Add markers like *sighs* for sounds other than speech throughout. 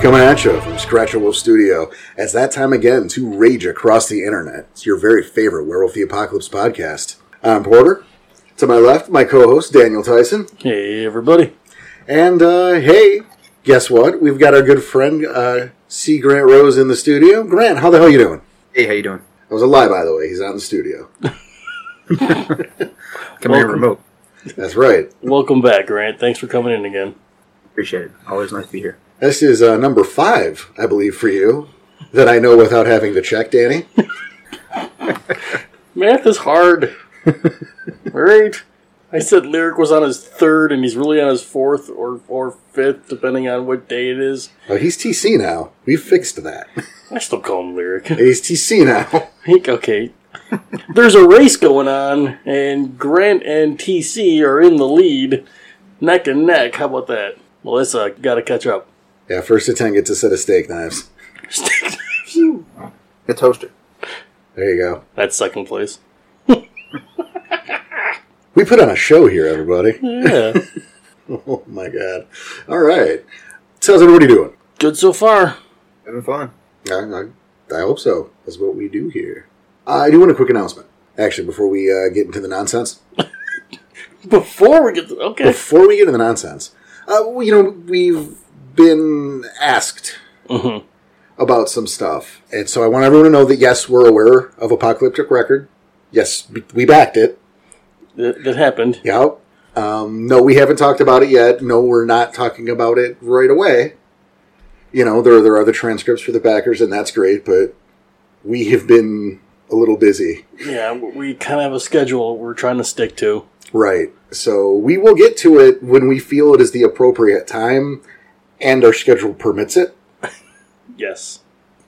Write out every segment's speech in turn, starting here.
Coming at you from Scratch a Wolf Studio. It's that time again to rage across the internet. It's your very favorite Werewolf the Apocalypse podcast. I'm Porter. To my left, my co-host Daniel Tyson. Hey, everybody. And uh, hey, guess what? We've got our good friend uh, C. Grant Rose in the studio. Grant, how the hell you doing? Hey, how you doing? That was a lie, by the way. He's not in the studio. Come here, Welcome. remote. That's right. Welcome back, Grant. Thanks for coming in again. Appreciate it. Always nice to be here. This is uh, number five, I believe, for you that I know without having to check, Danny. Math is hard. right? I said Lyric was on his third, and he's really on his fourth or, or fifth, depending on what day it is. Oh, he's TC now. We fixed that. I still call him Lyric. *laughs* He's TC now. Think, okay. There's a race going on, and Grant and TC are in the lead, neck and neck. How about that? Melissa, gotta catch up. Yeah, first to ten gets a set of steak knives. The toaster. There you go. That's second place. We put on a show here, everybody. Yeah. *laughs* Oh my god. All right. So how's everybody doing? Good so far. Having fun. I, I, I hope so. That's what we do here. Uh, I do want a quick announcement, actually, before we uh, get into the nonsense. Before we get to, okay. Before we get into the nonsense, uh, we- you know, we've been asked Mhm. about some stuff, and so I want everyone to know that yes, we're aware of Apocalyptic Record. Yes, we- we backed it. That, that happened. Yep. Um, no, we haven't talked about it yet. No, we're not talking about it right away. You know, there there are the transcripts for the backers, and that's great, but we have been a little busy. Yeah, we kind of have a schedule we're trying to stick to. Right. So we will get to it when we feel it is the appropriate time and our schedule permits it. Yes,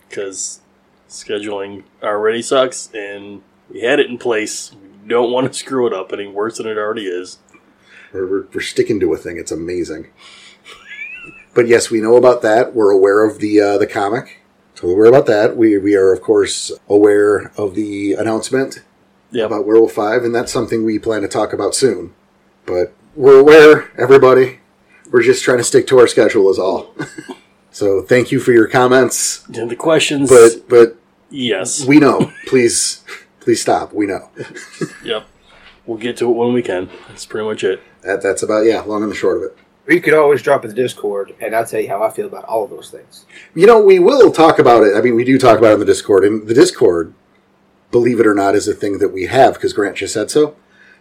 because scheduling already sucks, and we had it in place. We don't want to *laughs* screw it up any worse than it already is. We're, we're, we're sticking to a thing. It's amazing. but yes, we know about that. We're aware of the uh, the comic. Totally aware about that. We, we are, of course, aware of the announcement Yeah, about Werewolf 5, and that's something we plan to talk about soon. But we're aware, everybody. We're just trying to stick to our schedule, is all. *laughs* so thank you for your comments. and the questions. But but yes, we know. Please please stop. We know. yep. We'll get to it when we can. That's pretty much it. That, that's about yeah, long and the short of it. Or you could always drop in the Discord, and I'll tell you how I feel about all of those things. You know, we will talk about it. I mean, we do talk about it in the Discord, and the Discord, believe it or not, is a thing that we have because Grant just said so.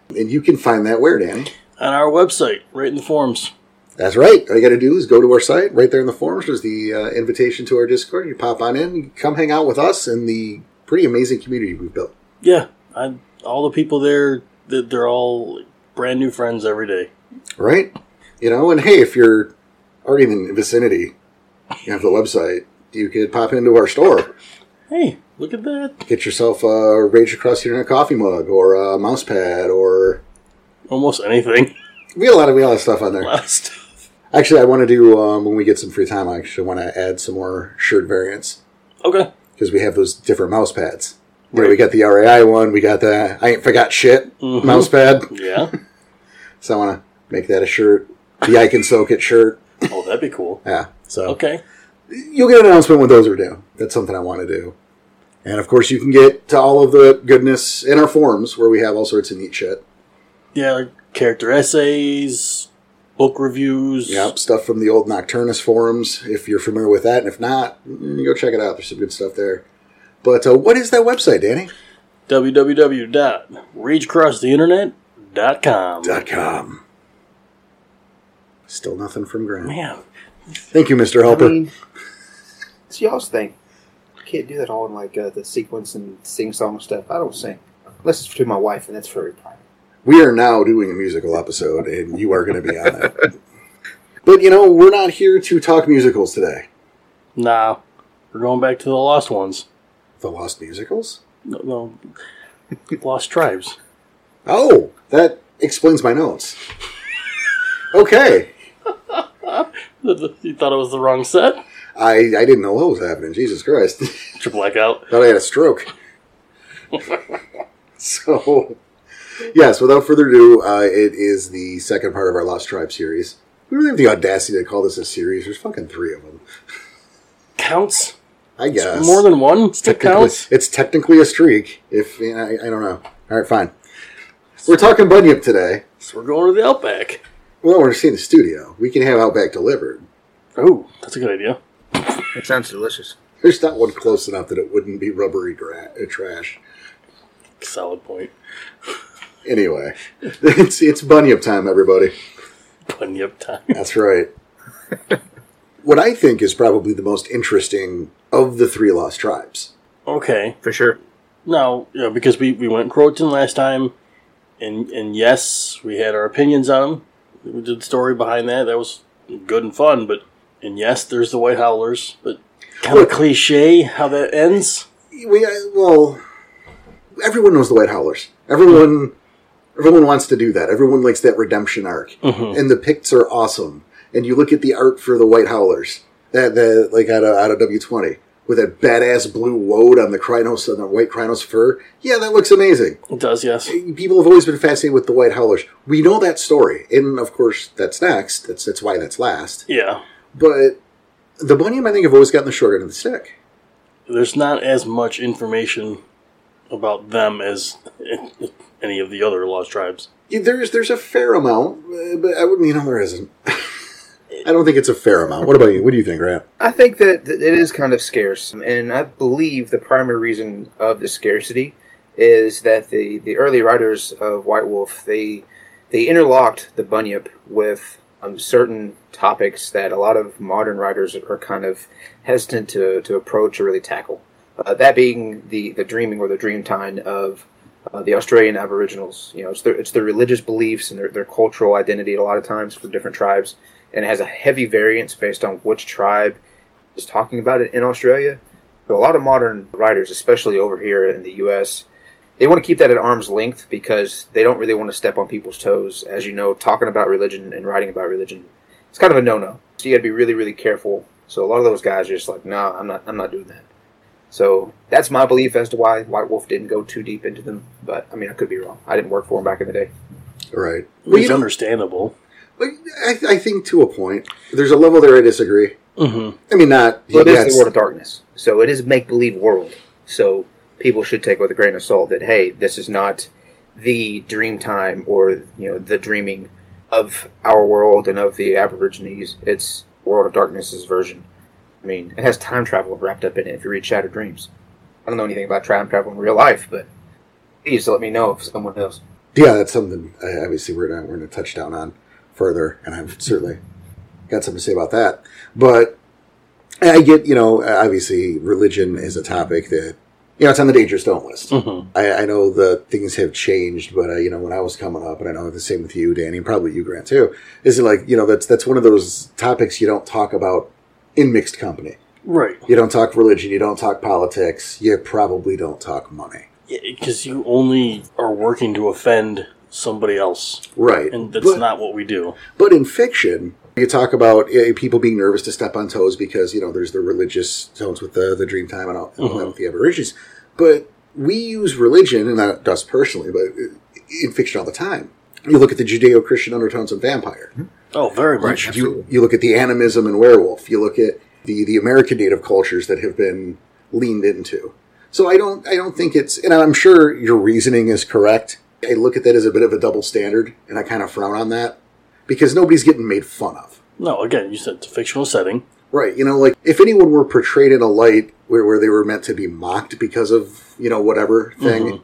And you can find that where, Danny? On our website, right in the forums. That's right. All you got to do is go to our site right there in the forums. There's the uh, invitation to our Discord. You pop on in, you come hang out with us and the pretty amazing community we've built. Yeah, I, all the people there, th- they're all brand new friends every day. Right? You know, and hey, if you're already in the vicinity, you have the website, you could pop into our store, Hey, look at that. get yourself a Rage Across the Internet coffee mug or a mouse pad or. Almost anything. We got a lot of we got a lot of stuff on there. Last. Actually, I want to do um, when we get some free time. I actually want to add some more shirt variants. *laughs* Okay. because we have those different mouse pads. You know, Right. we got the RAI one, we got the I ain't forgot shit Mm-hmm. mouse pad. Yeah. So I want to make that a shirt, the I can soak it shirt. Oh, that'd be cool. Yeah. So Okay. you'll get an announcement when those are due. That's something I want to do. And of course, you can get to all of the goodness in our forums where we have all sorts of neat shit. Yeah, like character essays, book reviews. Yep, stuff from the old Nocturnus forums, if you're familiar with that. And if not, mm, go check it out. There's some good stuff there. But uh, what is that website, Danny? www.rageacrosstheinternet.com. com. Still nothing from Grant. Man, Thank you, Mr. Helper. I mean, it's y'all's thing. You can't do that all in like uh, the sequence and sing song stuff. I don't sing. Unless it's to my wife, and that's very private. we are now doing a musical episode, and you are going to be on *laughs* it. but you know, we're not here to talk musicals today. nah, we're going back to the lost ones. The Lost Musicals? No, no, lost tribes. *laughs* Oh, that explains my *laughs* notes. Okay, You thought it was the wrong set? I, I didn't know what was happening. Jesus Christ, *laughs* Did you black out? thought I had a *laughs* stroke. so, yes, without further ado, uh, it is the second part of our Lost Tribe series. We really have the audacity to call this a series. There's fucking three of them. counts. I guess. More than one stick technically, counts. it's technically a streak. If you know, I, I don't know. All right, fine. We're talking bunyip today. So we're going to the Outback. Well, we're seeing the studio. We can have Outback delivered. Oh, that's a good idea. It sounds delicious. There's not one close enough that it wouldn't be rubbery gra- uh, trash. Solid point. Anyway, *laughs* it's it's bunyip time, everybody. Bunyip time. *laughs* That's right. *laughs* what I think is probably the most interesting of the three lost tribes. Okay. For sure. Now, you know, because we, we went Croton last time, and and yes, we had our opinions on him. We did the story behind that. That was good and fun, but and yes, there's the White Howlers, but kind of Look. cliche how that ends. We uh, well, everyone knows the White Howlers. Everyone, everyone wants to do that. Everyone likes that redemption arc, and the Picts are awesome. And you look at the art for the White Howlers that that like out of out of W twenty with that badass blue woad on the Krynos on the white Krynos fur. Yeah, that looks amazing. It does, yes. people have always been fascinated with the White Howlers. We know that story, and of course, that's next. That's that's why that's last. Yeah. But the Bunyam, I think, have always gotten the short end of the stick. There's not as much information about them as *laughs* any of the other lost tribes. Yeah, There's there's a fair amount, uh, but I wouldn't. You know, there isn't. *laughs* I don't think it's a fair amount. What about you? What do you think, Grant? I think that that it is kind of scarce, and I believe the primary reason of the scarcity is that the, the early writers of White Wolf they they interlocked the bunyip with um, certain topics that a lot of modern writers are kind of hesitant to, to approach or really tackle. Uh, that being the, the dreaming or the dreamtime of uh, the Australian Aboriginals. You know, it's their, it's their religious beliefs and their, their cultural identity a lot of times for different tribes, and it has a heavy variance based on which tribe is talking about it in Australia. So a lot of modern writers, especially over here in the U.S., they want to keep that at arm's length because they don't really want to step on people's toes. As you know, talking about religion and writing about religion, it's kind of a no-no. So you got to be really, really careful. So a lot of those guys are just like, "Nah, I'm not. I'm not doing that." So that's my belief as to why White Wolf didn't go too deep into them. But I mean, I could be wrong. I didn't work for him back in the day. All right. Well, you It's know, understandable. like, I, I think to a point, there's a level there I disagree. Mm-hmm. I mean, not. Well, it yeah, is it's- the world of darkness, so it is a make believe world. So people should take with a grain of salt that hey, this is not the dream time or you know the dreaming of our world and of the Aborigines. It's world of darkness's version. I mean, it has time travel wrapped up in it. If you read Shattered Dreams, I don't know anything about time travel in real life, but please let me know if someone knows. Yeah, that's something. I, obviously, we're not we're going to touch down on further, and I've certainly got something to say about that. But I get, you know, obviously, religion is a topic that you know it's on the dangerous don't list. Mm-hmm. I, I know that things have changed, but uh, you know when I was coming up, and I know the same with you, Danny, and probably you, Grant, too. Is it like you know that's that's one of those topics you don't talk about in mixed company. Right. You don't talk religion, you don't talk politics, you probably don't talk money, Because you only are working to offend somebody else, right? and that's but, not what we do. But in fiction, you talk about uh, people being nervous to step on toes because you know there's the religious tones with the the dream time and all, and all that with the Aborigines. But we use religion, and not us personally, but uh, in fiction all the time. You look at the Judeo-Christian undertones of Vampire. Oh, very much. You, you look at the animism in werewolf. You look at the, the American native cultures that have been leaned into. So I don't I don't think it's and I'm sure your reasoning is correct. I look at that as a bit of a double standard, and I kind of frown on that because nobody's getting made fun of, No, again, you said it's a fictional setting. right? You know, like if anyone were portrayed in a light where, where they were meant to be mocked because of you know whatever thing,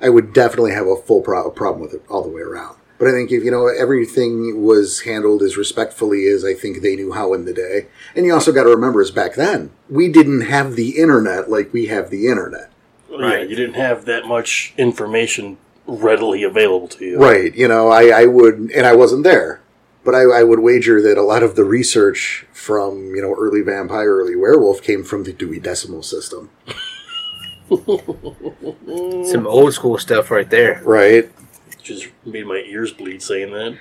I would definitely have a full pro- a problem with it all the way around. But I think if you know everything was handled as respectfully as I think they knew how in the day, and you also got to remember is back then we didn't have the internet like we have the internet, Yeah, you didn't have that much information readily available to you. right? You know, I, I would, and I wasn't there, but I, I would wager that a lot of the research from you know early vampire, early werewolf came from the Dewey Decimal System, Some old school stuff right there. right? Just made my ears bleed saying that.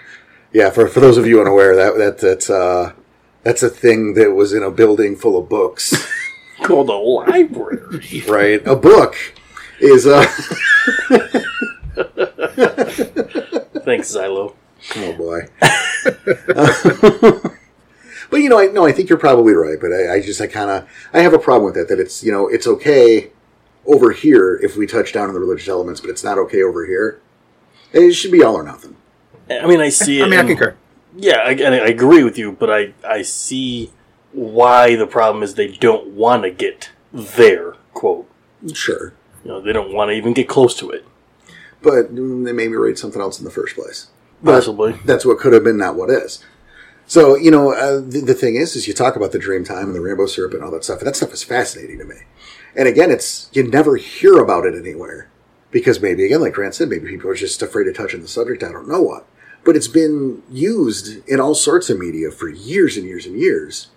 Yeah, for, for those of you unaware, that that that's uh, that's a thing that was in a building full of books. Called the *laughs* library. right? A book is uh, a. Thanks, Xylo. oh boy. *laughs* But you know, I no, I think you're probably right. But I, I just I kind of I have a problem with that. That it's you know it's okay over here if we touch down on the religious elements, but it's not okay over here. It should be all or nothing. I mean, I see it. I mean, I and- concur. Yeah, I, and I agree with you, but I, I see why the problem is they don't want to get there, quote. Sure, You know, they don't want to even get close to it. but mm, they made me read something else in the first place. But- Possibly. *laughs* that's what could have been, not what is. So you know, uh, the, the thing is, is you talk about the dream time and the rainbow syrup and all that stuff, and that stuff is fascinating to me. And again, it's you never hear about it anywhere because maybe again, like Grant said, maybe people are just afraid of touching the subject. I don't know what, but it's been used in all sorts of media for years and years and years,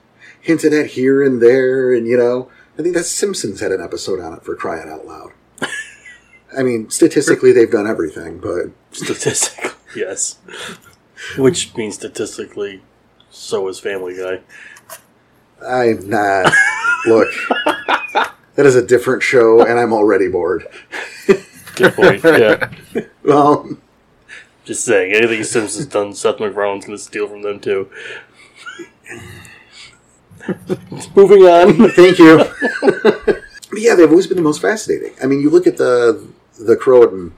hinted at here and there, and you know, I think that Simpsons had an episode on it for crying out loud. *laughs* I mean, statistically, they've done everything, but Statistically, yes. Which means statistically, so is Family Guy. I'm not. Look, that is a different show, and I'm already bored. *laughs* Good point. Yeah. Well, Just saying, anything Simpsons done, Seth MacFarlane's going to steal from them too. *laughs* Moving *laughs* on. thank you. but yeah, they've always been the most fascinating. I mean, you look at the the Croatan,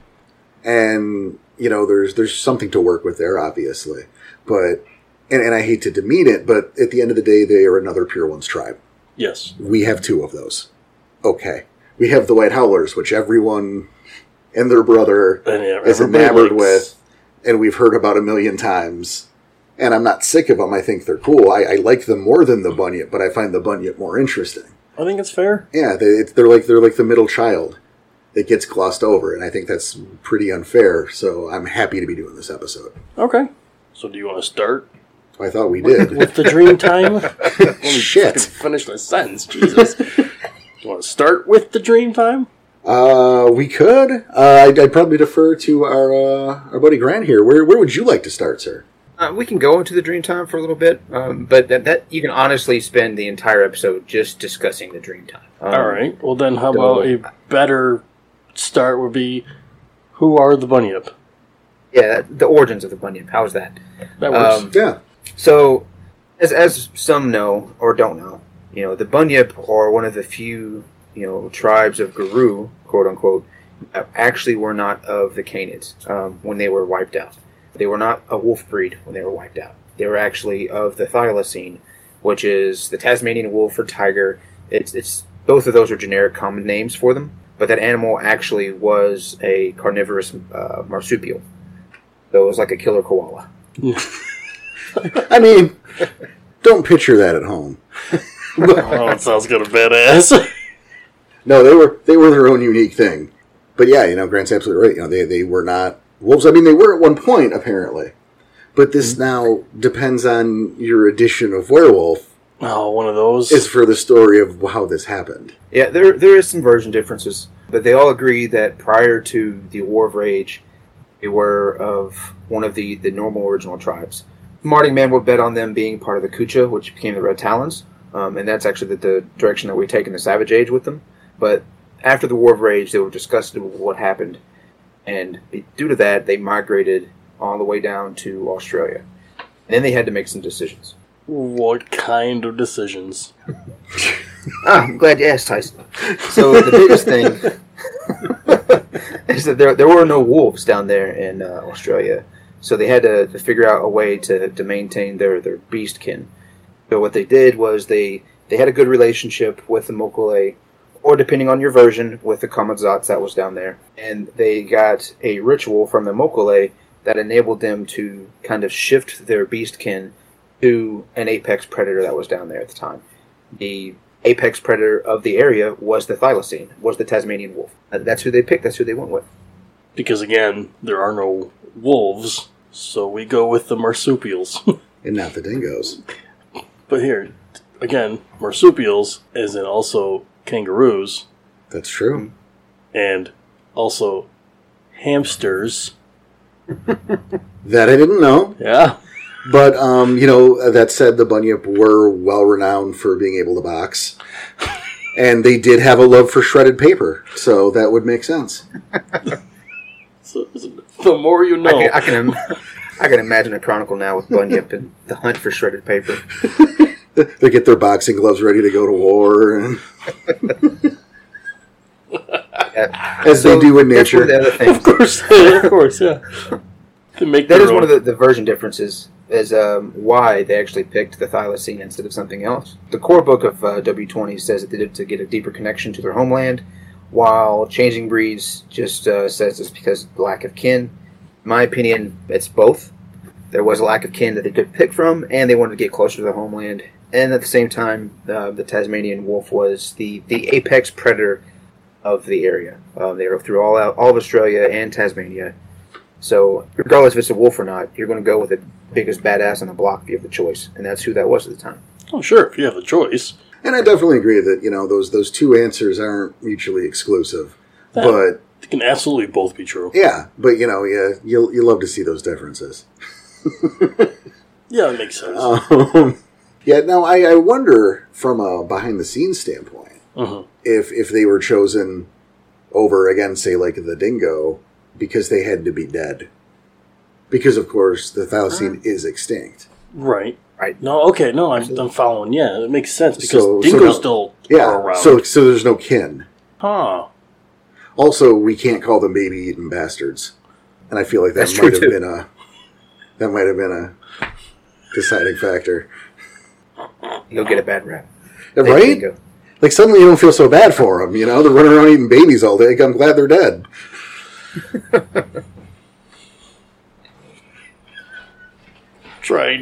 and you know, there's there's something to work with there, obviously. But and, and I hate to demean it, but at the end of the day, they are another pure ones tribe. Yes. We have two of those. Okay, we have the White Howlers, which everyone and their brother And yeah, is everybody enamored likes- with and we've heard about a million times. And I'm not sick of them. I think they're cool. I, I like them more than the bunyip, but I find the bunyip more interesting. I think it's fair. Yeah, they, it's, they're like they're like the middle child that gets glossed over, and I think that's pretty unfair. So I'm happy to be doing this episode. Okay. So do you want to start? I thought we did. with *laughs* the dream time? Let me Shit. fucking Finish my sentence, Jesus. *laughs* you want to start with the dream time? uh, we could. Uh, I'd, I'd probably defer to our uh, our buddy Grant here. Where where would you like to start, sir? Uh, we can go into the dream time for a little bit, um, but that, that you can honestly spend the entire episode just discussing the dream time. Um, All right. Well, then, how about a better start would be who are the bunyip? Yeah, that- the origins of the Bunyan. How's that? That works. *laughs* Um, Yeah, So, as as some know or don't know, you know the Bunyip are one of the few you know tribes of Guru, quote unquote, that actually were not of the Canids um, when they were wiped out. They were not a wolf breed when they were wiped out. They were actually of the Thylacine, which is the Tasmanian wolf or tiger. It's it's both of those are generic common names for them, but that animal actually was a carnivorous uh, marsupial. So it was like a killer koala. I mean, don't picture that at home. oh, it sounds kind of badass. *laughs* No, they were they were their own unique thing. But yeah, you know, Grant's absolutely right. You know, they they were not wolves. I mean, they were at one point apparently, but this now depends on your edition of werewolf oh, one of those. is for the story of how this happened. Yeah, there there is some version differences, but they all agree that prior to the War of Rage, they were of one of the, the normal original tribes. Marting Man would bet on them being part of the Kucha, which became the Red Talons, um, and that's actually the, the direction that we take in the Savage Age with them. But after the War of Rage, they were disgusted with what happened, and due to that, they migrated all the way down to Australia. And then they had to make some decisions. what kind of decisions? Ah, I'm glad you asked, Tyson. So the biggest *laughs* thing is that there there were no wolves down there in uh, Australia, so they had to, to figure out a way to, to maintain their their beast kin. So what they did was they they had a good relationship with the Mokole, or depending on your version, with the Kamazats that was down there, and they got a ritual from the Mokole that enabled them to kind of shift their beast kin to an apex predator that was down there at the time. The apex predator of the area was the thylacine, was the Tasmanian wolf. Uh, That's who they picked. That's who they went with. Because again, there are no wolves, so we go with the marsupials. *laughs* And not the dingoes. but here, again, marsupials, as in also kangaroos, That's true. and also hamsters. That I didn't know. Yeah. But um, you know, that said, the Bunyip were well renowned for being able to box, and they did have a love for shredded paper, so that would make sense. So, the more you know. I can, I can, im- I can imagine a chronicle now with Bunyip and the hunt for shredded paper. They get their boxing gloves ready to go to war, and, Yeah. as So they do in that's nature. one of the other things. Of course, *laughs* of course, yeah. *laughs* To make That their is own. one of the, the version differences, is um, why they actually picked the thylacine instead of something else. The core book of uh, W20 says that they did it to get a deeper connection to their homeland, while Changing Breeds just uh, says it's because of the lack of kin. My opinion, it's both. There was a lack of kin that they could pick from, and they wanted to get closer to their homeland. And at the same time, uh, the Tasmanian wolf was the, the apex predator of the area. Uh, they were through all, out, all of Australia and Tasmania. So regardless if it's a wolf or not, you're going to go with the biggest badass on the block if you have the choice, and that's who that was at the time. Oh, sure, if you have a choice. And I definitely agree that you know those those two answers aren't mutually exclusive. That- But They can absolutely both be true. yeah, but you know, yeah, you you love to see those differences. Yeah, it makes Uh, sense. Um, *laughs* yeah. Now I, I wonder from a behind the scenes standpoint Mhm. if if they were chosen over again, say like the dingo, because they had to be dead. Because of course the thylacine is extinct. Right. Right. No, okay, no, I'm, I'm following. Yeah, it makes sense because So- so dingoes now- still are Yeah. around. So so there's no kin. huh. Also, we can't call them baby eating bastards. And I feel like that That's true, might have too. been a that might have been a deciding factor. You'll get a bad rap, Right? Bingo. Like suddenly you don't feel so bad for them, you know? They're running around eating babies all day. I'm glad they're dead. Trying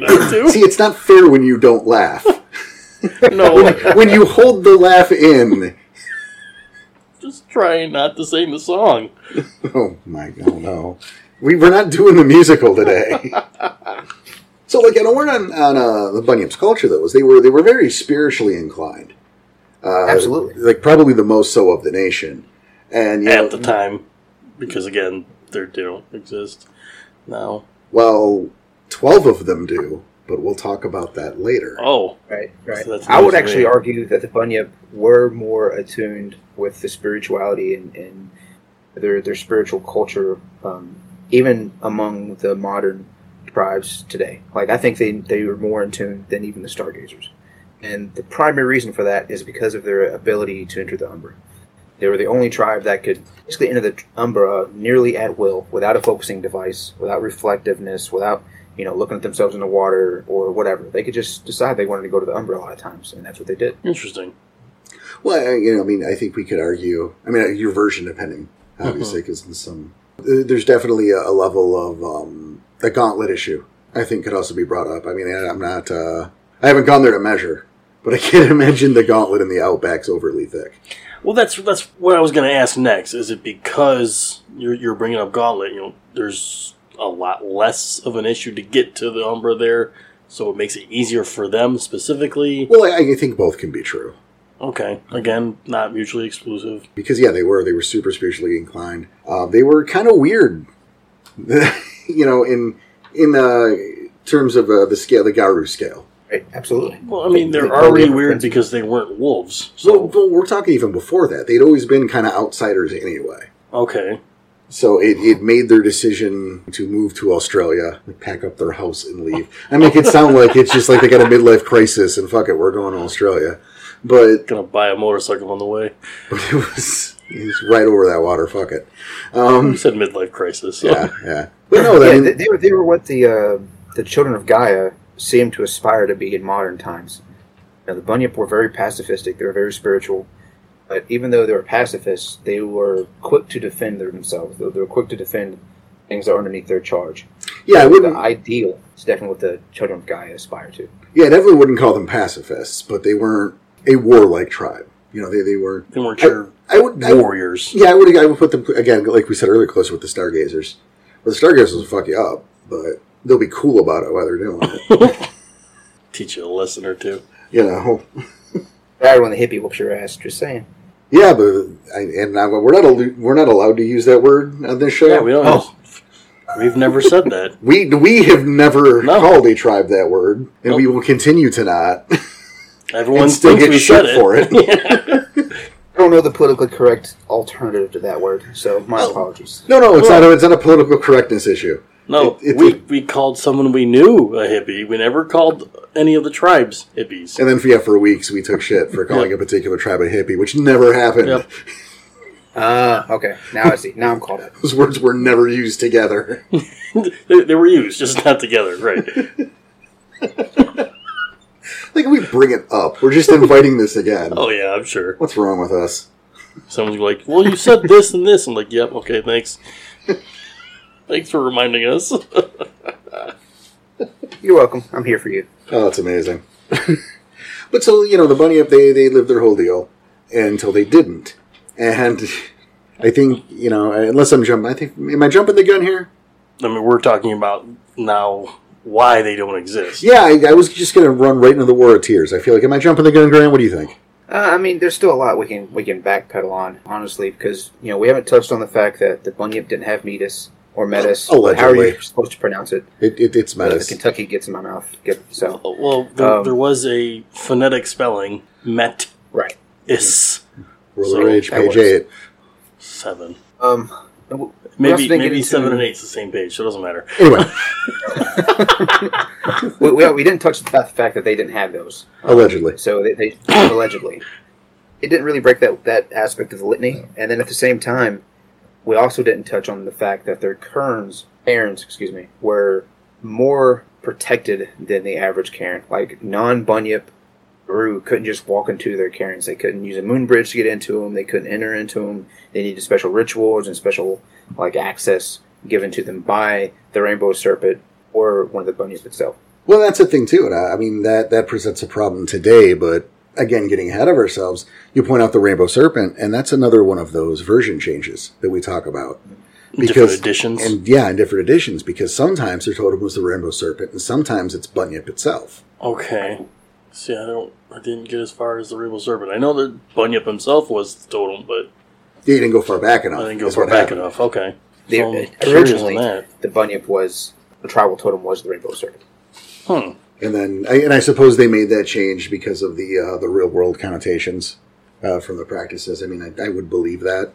*laughs* not See, to. it's not fair when you don't *laughs* laugh. Oh no, when you hold the laugh in. just trying not to sing the song. Oh my god, no. We we're not doing the musical today. so like you know, we're on on uh, the Bunyip's culture though, is they were they were very spiritually inclined. Uh, Absolutely. Like probably the most so of the nation. And you know, at the time because again they're, they don't exist now Well, 12 of them do, but we'll talk about that later. oh right? Right. So that's I would amazing. actually argue that the Bunyip were more attuned with the spirituality and, and their their spiritual culture, um, even among the modern tribes today. Like I think they they were more in tune than even the Stargazers, and the primary reason for that is because of their ability to enter the Umbra. They were the only tribe that could basically enter the Umbra nearly at will, without a focusing device, without reflectiveness, without you know looking at themselves in the water or whatever. They could just decide they wanted to go to the Umbra a lot of times, and that's what they did. interesting Well, I- you know, I mean, I think we could argue, I mean, your version, depending, obviously, because some, there's definitely a, a level of um, a gauntlet issue, I think could also be brought up. I mean, I- I'm not, uh, I haven't gone there to measure, but I *laughs* can't imagine the gauntlet in the Outback's overly thick. well that's that's what i was going to ask next is it because you're, you're bringing up gauntlet you know there's a lot less of an issue to get to the umbra there so it makes it easier for them specifically Well, I, I think both can be true. okay again not mutually exclusive because yeah, they were they were super spiritually inclined. Uh, they were kind of weird, *laughs* you know, in in uh, terms of uh, the scale, the Garu scale. Right? Absolutely. well i mean They- they're they- already they- weird because they weren't wolves So so well, we're talking even before that; they'd always been kind of outsiders anyway. okay So it, it made their decision to move to Australia, pack up their house, and leave. I make it sound like it's just like they got a midlife crisis and fuck it, we're going to Australia. But *laughs* gonna buy a motorcycle on the way it was, it was right over that water. Fuck it. Um, you said midlife crisis so. yeah, yeah. But no, I yeah, mean, they, they were they were what the uh, the children of Gaia seem to aspire to be in modern times. Now the Bunyip were very pacifistic; they were very spiritual. But even though they were pacifists, they were quick to defend their- themselves. They they were quick to defend things that are underneath their charge. yeah, I wouldn't. The ideal is definitely what the children of Gaia aspire to. Yeah, I definitely wouldn't call them pacifists, but they weren't a warlike tribe. You know, they, they were. they weren't your I would. I, warriors yeah, I would. I would put them again, like we said earlier, closer with the stargazers. Well, the stargazers will fuck you up, but they'll be cool about it while they're doing it. *laughs* teach you a lesson or two you know. Right when the hippie whoops your ass, just saying. Yeah, but I, and I, we're not allu- we're not allowed to use that word on this show. Yeah, we don't. Oh. We've never said *laughs* that. we we have never No. called a tribe that word, and we will continue to not. *laughs* Everyone And still thinks get we shit said it. for it. *laughs* *laughs* Yeah. I don't know the politically correct alternative to that word, so my apologies. no, no, it's not. A, it's not a political correctness issue. No, It- it's we, a- we called someone we knew a hippie. We never called any of the tribes hippies. And then for, yeah, for weeks we took shit for calling Yep. a particular tribe a hippie, which never happened. Yep. Ah, okay. Now I see. Now I'm called up. *laughs* Those words were never used together. *laughs* *laughs* they, they were used, just not together, right? like we bring it up. We're just inviting this again. *laughs* oh yeah, I'm sure. What's wrong with us? Someone's like, "Well, you said this and this." I'm like, "Yep, okay, thanks." thanks for reminding us. You're welcome. I'm here for you. Oh, that's amazing. *laughs* but so you know, the bunny up they they lived their whole deal until they didn't, and *laughs* I think you know unless I'm jumping, I think am I jumping the gun here? I mean, we're talking about now why they don't exist. Yeah, I, I was just gonna run right into the war of tears. I feel like am I jumping the gun, Grant? What do you think? Uh, I mean, there's still a lot we can we can backpedal on, honestly, because you know we haven't touched on the fact that the Bunyip didn't have metis or metis. Allegedly. How are you supposed to pronounce it? It, it, it's The menace. Kentucky gets in my mouth. Get, so Well, there, Um, there was a phonetic spelling, met right. is World So, of Rage, that page was- eight. seven. Um, w- we also Maybe didn't get maybe into- seven and eight's the same page, so it doesn't matter. *laughs* Anyway, we, we, we didn't touch about the fact that they didn't have those. allegedly. So they, they allegedly, it didn't really break that that aspect of the litany. And then at the same time, we also didn't touch on the fact that their kerns, cairns, excuse me, were more protected than the average cairn. Like non bunyip brew couldn't just walk into their cairns. They couldn't use a moon bridge to get into them. They couldn't enter into them. They needed special rituals and special like access given to them by the rainbow serpent or one of the bunyips itself. Well, that's a thing too, and I, I mean that that presents a problem today. But again, getting ahead of ourselves, you point out the rainbow serpent, and that's another one of those version changes that we talk about. Different editions. and yeah, in different editions, because sometimes their totem was the rainbow serpent, and sometimes it's Bunyip itself. okay. See, I don't, I didn't get as far as the Rainbow Serpent. I know that Bunyip himself was the totem, but They didn't go far back enough. I didn't go is far what back happened. enough. Okay. They- So I'm curious originally, on that. the bunyip was the tribal totem was the rainbow serpent. Hmm. And then, I- and I suppose they made that change because of the uh, the real world connotations uh, from the practices. I mean, I, I would believe that.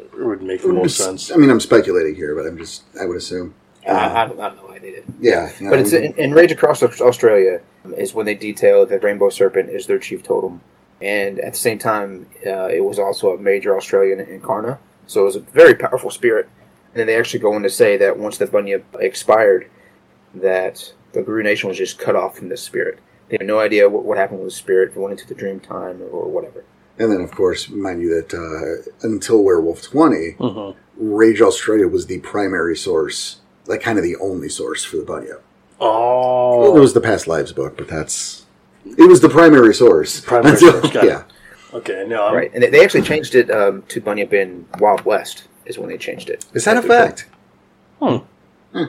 It would make the most sense. I mean, I'm speculating here, but I'm just I would assume. I, I, don't, I don't know why they did. Yeah, you know, But it's in, in Rage Across Aus- Australia is when they detail that rainbow serpent is their chief totem, and at the same time, uh, it was also a major Australian incarna, so it was a very powerful spirit. And then they actually go on to say that once the bunyip expired, that the Gru Nation was just cut off from this spirit. They have no idea what, what happened with the spirit. It went into the dream time or whatever. And then, of course, mind you that uh, until Werewolf 20, Mhm. Rage Australia was the primary source, like kind of the only source for the Bunyip. Well, there Oh. was the Past Lives book, but that's. It was the primary source. Primary Until- source, got it. yeah. Okay. No. I'm, Right, and they, they actually changed it um, to Bunyip in Wild West is when they changed it. Is that a fact? Hmm. Huh.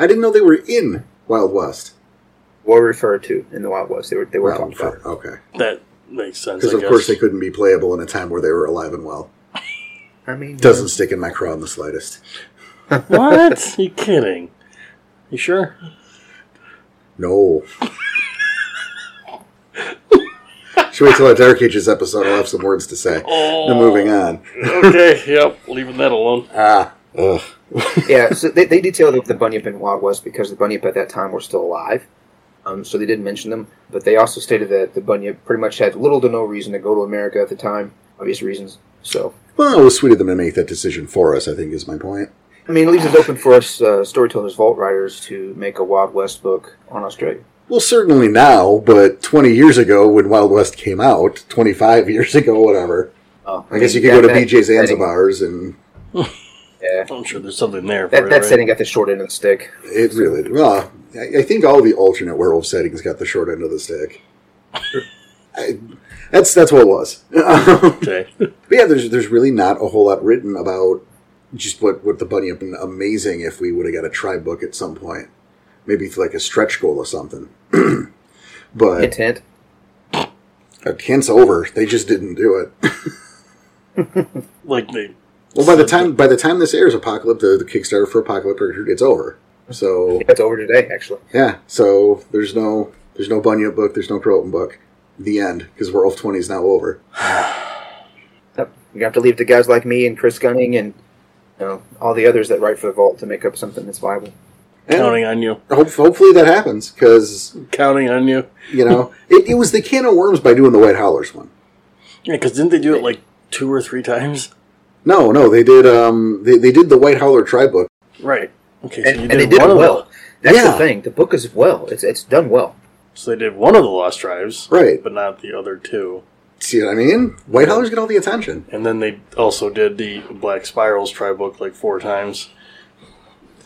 I didn't know they were in Wild West. Well referred to in the Wild West. They were they were Well, talked for- about. okay. That makes sense. Because, I of guess. course, they couldn't be playable in a time where they were alive and well. I mean, Doesn't stick in my craw in the slightest. *laughs* What? you kidding? You sure? *laughs* No. Should wait till our Dark Ages episode. I'll have some words to say. Oh. Then moving on. okay. Yep. Leaving that alone. Ah. Ugh. yeah. So they, they detailed the Bunyip in Wild West because the Bunyip at that time were still alive. Um, so they did mention them, but they also stated that the Bunyip pretty much had little to no reason to go to America at the time, obvious reasons. So Well, it was sweet of them to make that decision for us, I think is my point. I mean, it leaves it open for us uh, storytellers, vault writers, to make a Wild West book on Australia. Well, certainly now, but 20 years ago when Wild West came out, 25 *laughs* years ago, whatever, Oh, I guess you could go that- to that- BJ's setting- Zanzibar's and Yeah, I'm sure there's something there. For that, it, that right? setting got the short end of the stick. it really, well, I, I think all the alternate werewolf settings got the short end of the stick. I, that's, that's what it was. *laughs* but Okay. yeah, there's, there's really not a whole lot written about just what, what the bunny up and amazing if we would have got a tribe book at some point. Maybe for like a stretch goal or something. *clears throat* but Hint, hint. Uh, hint's over. They just didn't do it. like they. Well, by the time by the time this airs, Apocalypse, the, the Kickstarter for Apocalypse, it's over. So It's over today, actually. yeah, so there's no there's no Bunyip book, there's no Croton book. The end because Werewolf Twenty is now over. Yep. You have to leave to guys like me and Chris Gunning and you know, all the others that write for the Vault to make up something that's viable. And Counting on you. hope, hopefully that happens because Counting on you. you know *laughs* it, it was the can of worms by doing the White Howlers one. Yeah, because didn't they do it like two or three times? No, no, they did. Um, they, they did the White Howler Tri book. Right. Okay, so and, you and did, they did one it of well. the, That's Yeah. the thing. The book is well. It's it's done well. So they did one of the Lost Tribes, Right. but not the other two. See what I mean? White Howlers get all the attention. And then they also did the Black Spirals Tribe book like four times.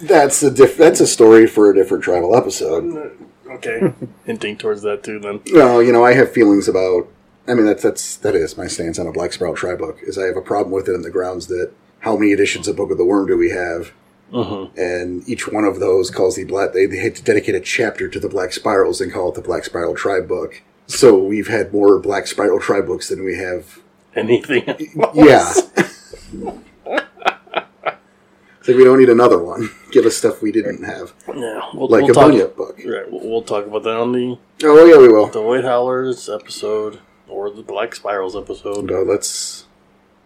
That's a diff- that's a story for a different tribal episode. *laughs* Okay. Hinting towards that too then. Well, you know, I have feelings about. I mean, that's that's that is my stance on a Black Sprout Tri book. Is I have a problem with it on the grounds that how many editions of Book of the Worm do we have? Mhm. And each one of those calls the black. They, they had to dedicate a chapter to the Black Spirals and call it the Black Spiral Tribe book. So we've had more Black Spiral Tribe books than we have Anything else? Yeah. *laughs* it's like we don't need another one. *laughs* Give us stuff we didn't have, Yeah. We'll, like we'll a talk, bunyip book. Right. We'll, we'll talk about that on the, Oh yeah, we will. the White Howlers episode or the Black Spirals episode. But let's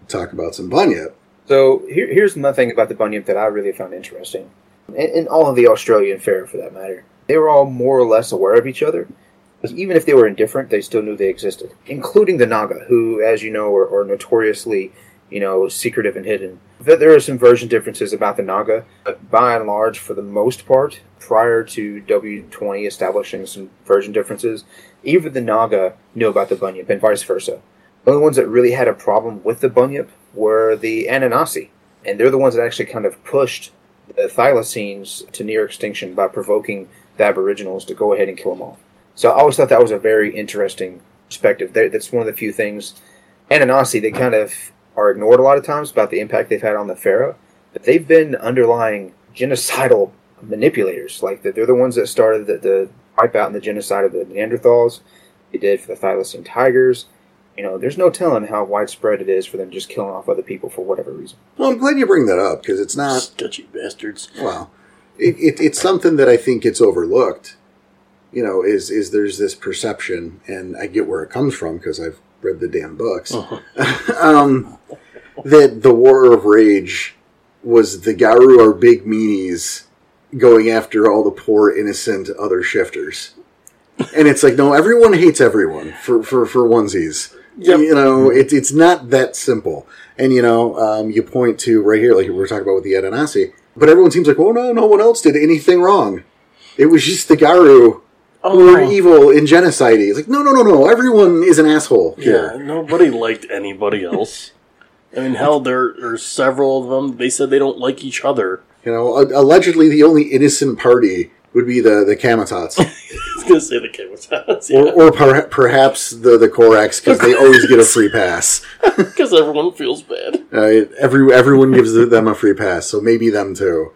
talk about some bunyip. So here, here's another thing about the Bunyip that I really found interesting, and, and all of the Australian fair for that matter. They were all more or less aware of each other. Even if they were indifferent, they still knew they existed, including the Naga, who, as you know, are, are notoriously, you know, secretive and hidden. There there are some version differences about the Naga, but by and large, for the most part, prior to W20 establishing some version differences, even the Naga knew about the Bunyip and vice versa. The only ones that really had a problem with the Bunyip were the Ananasi, and they're the ones that actually kind of pushed the Thylacines to near extinction by provoking the Aboriginals to go ahead and kill them all. So I always thought that was a very interesting perspective. they that's one of the few things. Ananasi, they kind of are ignored a lot of times about the impact they've had on the Pharaoh, but they've been underlying genocidal manipulators. Like they're the ones that started the, the wipeout and the genocide of the Neanderthals. They did for the Thylacine tigers. You know, there's no telling how widespread it is for them just killing off other people for whatever reason. Well, I'm glad you bring that up because it's not. Sketchy bastards. Well, it, it, it's something that I think gets overlooked. You know, is is there's this perception, and I get where it comes from because I've read the damn books. Uh-huh. um, that the War of Rage was the Garu or big meanies going after all the poor innocent other shifters. And it's like, no, everyone hates everyone for, for, for onesies. Yep. You know, it, it's not that simple. And, you know, um, you point to right here, like we were talking about with the Adanasi, but everyone seems like, oh, no, no one else did anything wrong. It was just the Garu who were Oh. evil in genocide. It's like, no, no, no, no. Everyone is an asshole here. Yeah, nobody liked anybody else. I mean, hell, there are several of them. They said they don't like each other. *laughs* You know, a- allegedly the only innocent party would be the the Kamatats, I was gonna say the kid was or, or per- perhaps the the Korax because they always get a free pass. because everyone feels bad. Uh, every everyone gives them a free pass, so maybe them too.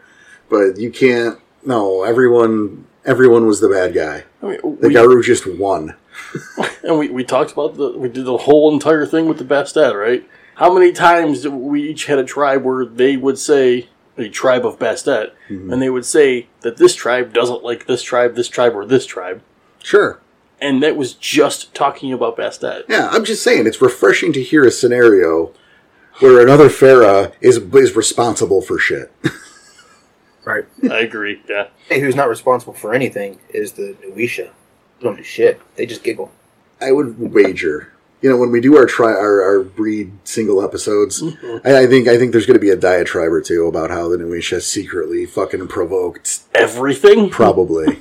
But you can't. No, everyone everyone was the bad guy. I mean, The we, Garu just won. and we, we talked about the we did the whole entire thing with the Bastet, right? How many times did we each had a tribe where they would say a tribe of Bastet, and they would say that this tribe doesn't like this tribe, this tribe, or this tribe, Sure. and that was just talking about *laughs* Bastet. Yeah, I'm just saying it's refreshing to hear a scenario where another Farah is is responsible for shit. Right. I agree. Yeah. Hey, who's not responsible for anything is the Nuisha. They don't do shit. They just giggle. I would wager. You know, when we do our try our, our breed single episodes, I, I think I think there's going to be a diatribe or two about how the Nuisha secretly fucking provoked, Everything. *laughs* probably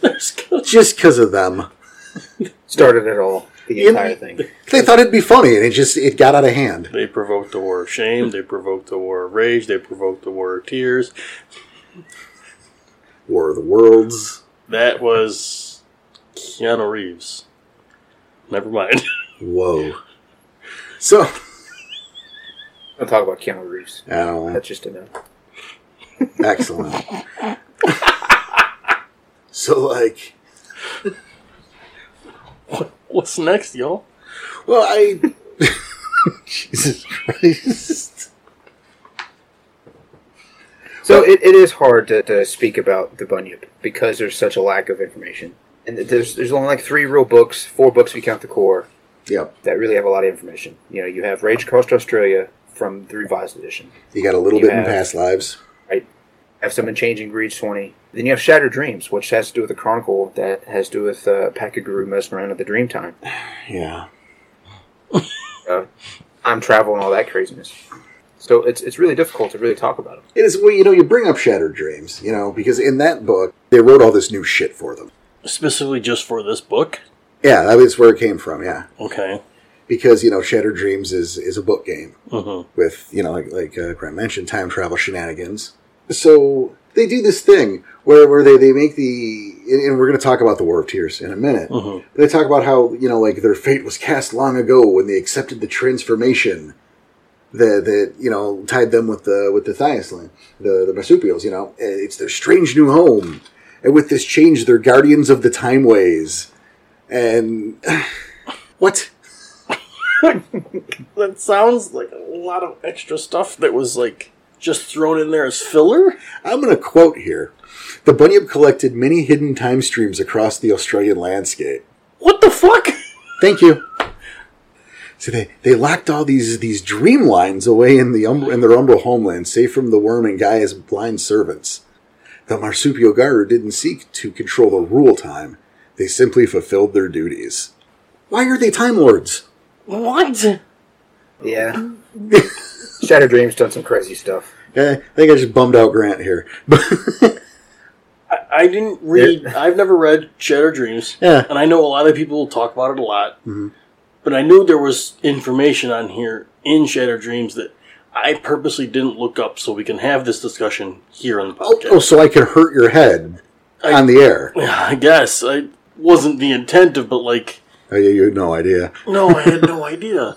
There's gonna just because of them. Started it all. The Yeah. entire *laughs* thing. They thought it'd be funny, and it just it got out of hand. They provoked the war of shame. They provoked the war of rage. They provoked the war of tears. War of the Worlds, That was Keanu Reeves. Never mind. *laughs* whoa. So Don't talk about Keanu Reeves. I don't know. That's just a no. Excellent. *laughs* so like, What's next, y'all? well, I *laughs* Jesus Christ. So it, it is hard to, to speak about the Bunyip because there's such a lack of information. And there's, there's only like three real books, four books if you count the core, Yep, that really have a lot of information. You know, you have Rage Across Australia from the revised edition. you got a little You bit in have- past lives. have someone changing Greed's 20. Then you have Shattered Dreams, which has to do with the Chronicle that has to do with uh, Pakaguru messing around at the Dream Time. Yeah. I'm travel and all that craziness. So it's it's really difficult to really talk about them. It is, well, you know, you bring up Shattered Dreams, you know, because in that book, they wrote all this new shit for them. Specifically just for this book? Yeah, that was where it came from, yeah. Okay. Because, you know, Shattered Dreams is, is a book game Mhm. with, you know, like, like uh, Grant mentioned, time travel shenanigans. So they do this thing where, where they, they make the, and and we're going to talk about the War of Tears in a minute. Mhm. They talk about how, you know, like their fate was cast long ago when they accepted the transformation that, that you know, tied them with the, with the Thyaslin, the, the marsupials, you know. And It's their strange new home. And with this change, they're guardians of the time ways. And *sighs* what? That sounds like a lot of extra stuff that was like just thrown in there as filler. I'm going to quote here. The Bunyip collected many hidden time streams across the Australian landscape. What the fuck? Thank you. So they, they locked all these these dream lines away in the um, in their umbral homeland, safe from the worm and Gaia's blind servants. The marsupial guard didn't seek to control the rule time; they simply fulfilled their duties. Why are they time lords? What? Yeah. *laughs* Shattered Dreams done some crazy stuff. Eh, I think I just bummed out Grant here. *laughs* I, I didn't read. I've never read Shattered Dreams. Yeah. And I know a lot of people talk about it a lot. But I knew there was information on here in Shattered Dreams that I purposely didn't look up so we can have this discussion here on the oh, podcast. oh, so I can hurt your head on the air? *sighs* I guess. I wasn't the intent of, but like, Oh, you, you had no idea. no, I had no idea.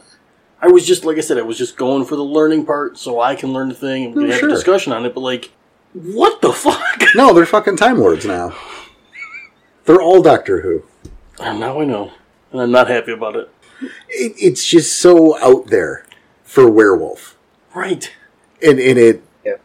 I was just, like I said, I was just going for the learning part so I can learn the thing and we No, can have sure. a discussion on it, but like, what the fuck? *laughs* No, they're fucking time lords now. They're all Doctor Who. And now I know. And I'm not happy about it. It, it's just so out there for werewolf, Right. and and it Yeah.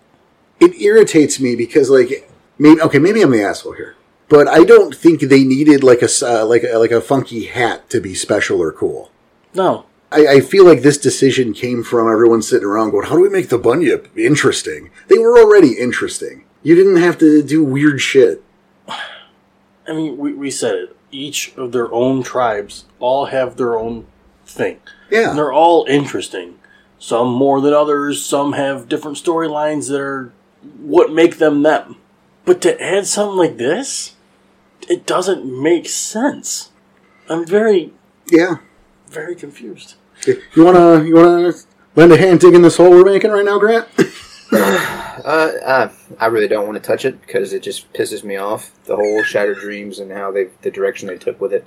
it irritates me because like maybe okay maybe I'm the asshole here, but I don't think they needed like a s- uh, like a, like a funky hat to be special or cool. No. I, I feel like this decision came from everyone sitting around going, "How do we make the bunyip interesting?" They were already interesting. You didn't have to do weird shit. I mean, we, we said it. Each of their own tribes all have their own thing. Yeah, And they're all interesting. Some more than others. Some have different storylines that are what make them them. But to add something like this, it doesn't make sense. I'm very, yeah. very confused. You wanna you wanna lend a hand digging this hole we're making right now, Grant? *laughs* Uh, I, I really don't want to touch it because it just pisses me off. The whole Shattered Dreams and how they the direction they took with it.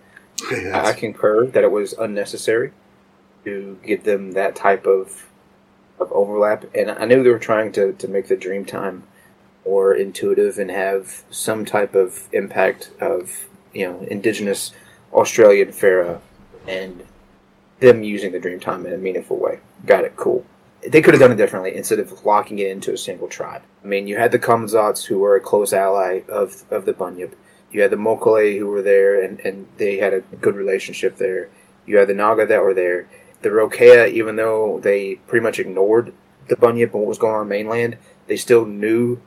I, I concur that it was unnecessary to give them that type of of overlap. And I knew they were trying to, to make the dream time more intuitive and have some type of impact of you know indigenous Australian Pharaoh and them using the dream time in a meaningful way. Got it, cool. They could have done it differently instead of locking it into a single tribe. I mean, you had the Kamzats who were a close ally of of the Bunyip. You had the Mokole who were there, and, and they had a good relationship there. You had the Naga that were there. The Rokea, even though they pretty much ignored the Bunyip and what was going on mainland, they still knew,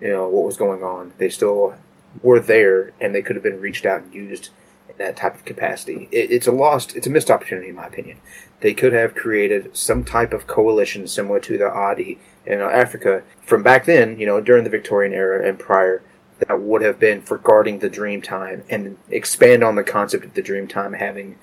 you know, what was going on. They still were there, and they could have been reached out and used in that type of capacity. It, it's a lost, it's a missed opportunity, in my opinion. They could have created some type of coalition similar to the Adi in Africa from back then, you know, during the Victorian era and prior that would have been for guarding the dream time and expand on the concept of the dream time having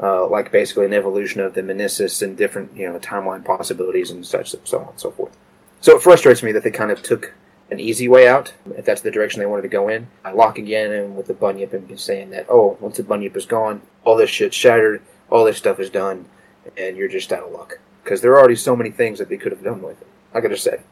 uh, like basically an evolution of the meniscus and different you know timeline possibilities and such so on and so forth so it frustrates me that they kind of took an easy way out if that's the direction they wanted to go in i lock again in with the bunyip and saying that oh once the bunyip is gone all this shit's shattered all this stuff is done and you're just out of luck because there are already so many things that they could have done with it like i just said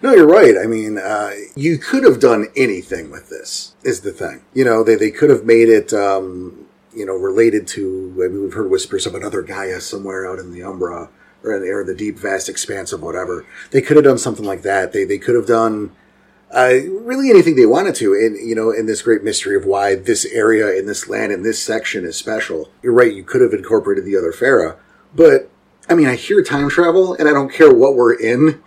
No, you're right. I mean, uh, you could have done anything with this. Is the thing. You know, they they could have made it. Um, you know, related to. I mean, we've heard whispers of another Gaia somewhere out in the Umbra or in the, or the deep, vast expanse of whatever. They could have done something like that. They they could have done. Uh, really, anything they wanted to, and you know, in this great mystery of why this area, in this land, in this section is special. You're right. You could have incorporated the other Pharaoh, but I mean, I hear time travel, and I don't care what we're in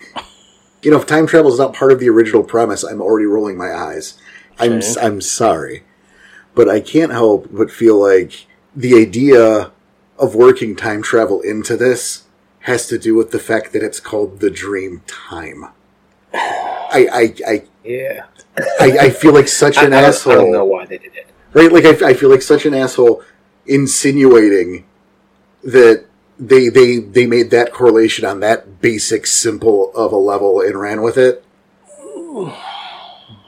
You know, if time travel is not part of the original premise, I'm already rolling my eyes. I'm Okay. I'm sorry, but I can't help but feel like the idea of working time travel into this has to do with the fact that it's called the dream time. *sighs* I I I, Yeah, I, I feel like such I, I an don't- I asshole don't know why they did it. right? Like I, I feel like such an asshole insinuating that they they they made that correlation on that basic simple of a level and ran with it.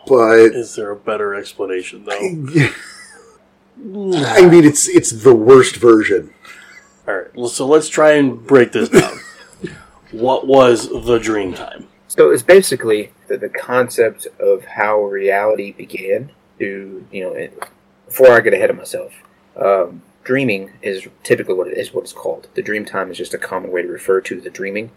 But Is there a better explanation *laughs* though? I mean, it's it's the worst version. All right, well, so let's try and break this down. what was the dream time? So it's basically the, the concept of how reality began. To you know, it, before I get ahead of myself, um, dreaming is typically what it is. What it's called. The dream time is just a common way to refer to the dreaming.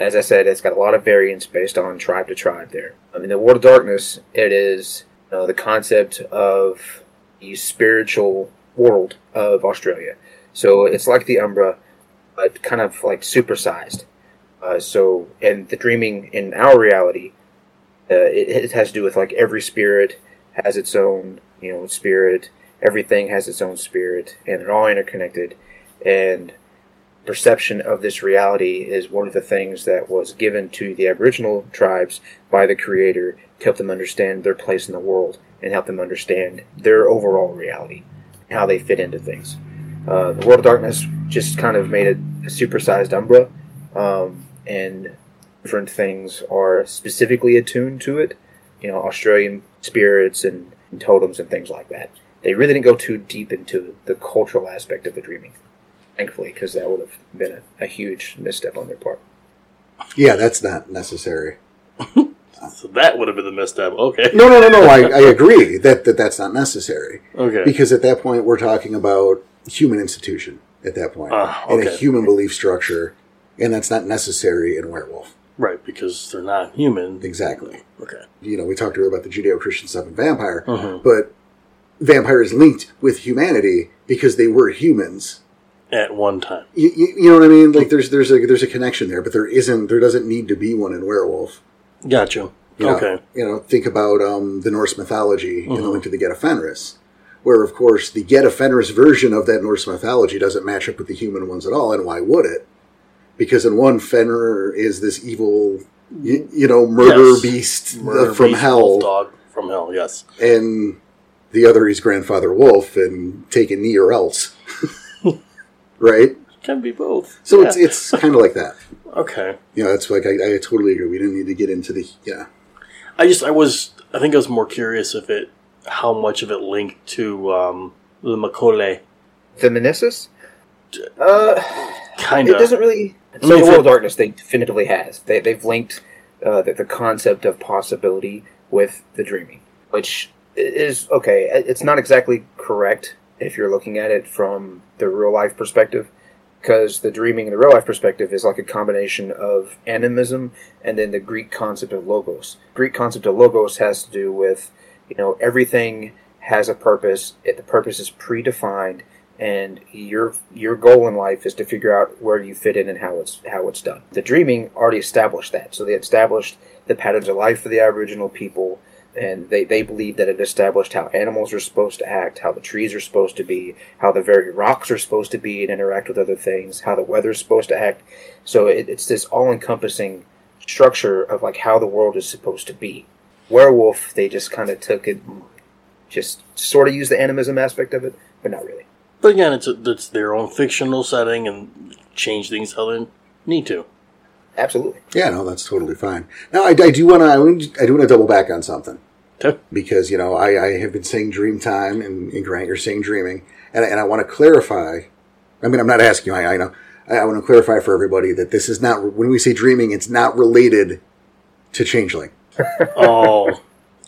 As I said, it's got a lot of variance based on tribe to tribe. There, I mean, the World of Darkness. It is you know, the concept of the spiritual world of Australia. So it's like the Umbra, but kind of like supersized. Uh, so, and the dreaming in our reality, uh, it, it has to do with like every spirit has its own, you know, spirit. Everything has its own spirit, and they're all interconnected. And perception of this reality is one of the things that was given to the Aboriginal tribes by the Creator to help them understand their place in the world and help them understand their overall reality, and how they fit into things. Uh, the World of Darkness just kind of made it a supersized Umbra um, and different things are specifically attuned to it. You know, Australian spirits and, and totems and things like that. They really didn't go too deep into the cultural aspect of the dreaming, thankfully, because that would have been a, a huge misstep on their part. Yeah, that's not necessary. So that would have been the misstep. Okay, No, no, no, no. I, I agree that, that that's not necessary okay, because at that point we're talking about human institution at that point Ah, and a okay. human belief structure, and that's not necessary in werewolf. right, because they're not human. Exactly. Okay, you know, we talked earlier about the Judeo-Christian stuff in Vampire, Mhm. but Vampire is linked with humanity because they were humans. at one time. You, you, you know what I mean? Like, there's there's a there's a connection there, but there isn't. There doesn't need to be one in Werewolf. Gotcha. You know? Okay. Mm-hmm. You know, think about um, the Norse mythology and the link to the Geta Fenris, where of course the Geta Fenris version of that Norse mythology doesn't match up with the human ones at all, and why would it? Because in one Fenrir is this evil, you, you know, murder Yes. beast uh, Murder from beast, hell, wolf dog from hell. Yes. and the other he's grandfather wolf and take a knee or else *laughs* right Can be both. so Yeah. it's it's kind of like that okay. you know that's like I, I totally agree we didn't need to get into the yeah I just I was I think I was more curious if it how much of it linked to um, the Macaulay The Menesis? Uh, kind it of. doesn't really. So mean, the if World it- of Darkness, they definitively has. They, they've linked uh, the, the concept of possibility with the dreaming, which is okay. it- It's not exactly correct if you're looking at it from the real life perspective, because the dreaming and the real life perspective is like a combination of animism and then the Greek concept of logos. Greek concept of logos has to do with you know everything has a purpose. It, the purpose is predefined, and your your goal in life is to figure out where you fit in and how it's how it's done. The dreaming already established that, so they established the patterns of life for the Aboriginal people, and they they believe that it established how animals are supposed to act, how the trees are supposed to be, how the very rocks are supposed to be and interact with other things, how the weather is supposed to act. So it, it's this all encompassing structure of like how the world is supposed to be. Werewolf, they just kind of took it, and just sort of used the animism aspect of it, but not really. But again, it's a, it's their own fictional setting and change things how they *laughs* need to. Absolutely. yeah no that's totally fine now i, I do want to i do want to double back on something Okay. because you know I, I have been saying dream time and, and Grant you're saying dreaming and, I- and I want to clarify I mean I'm not asking you I, I know I, I want to clarify for everybody that this is not when we say dreaming it's not related to changeling Oh.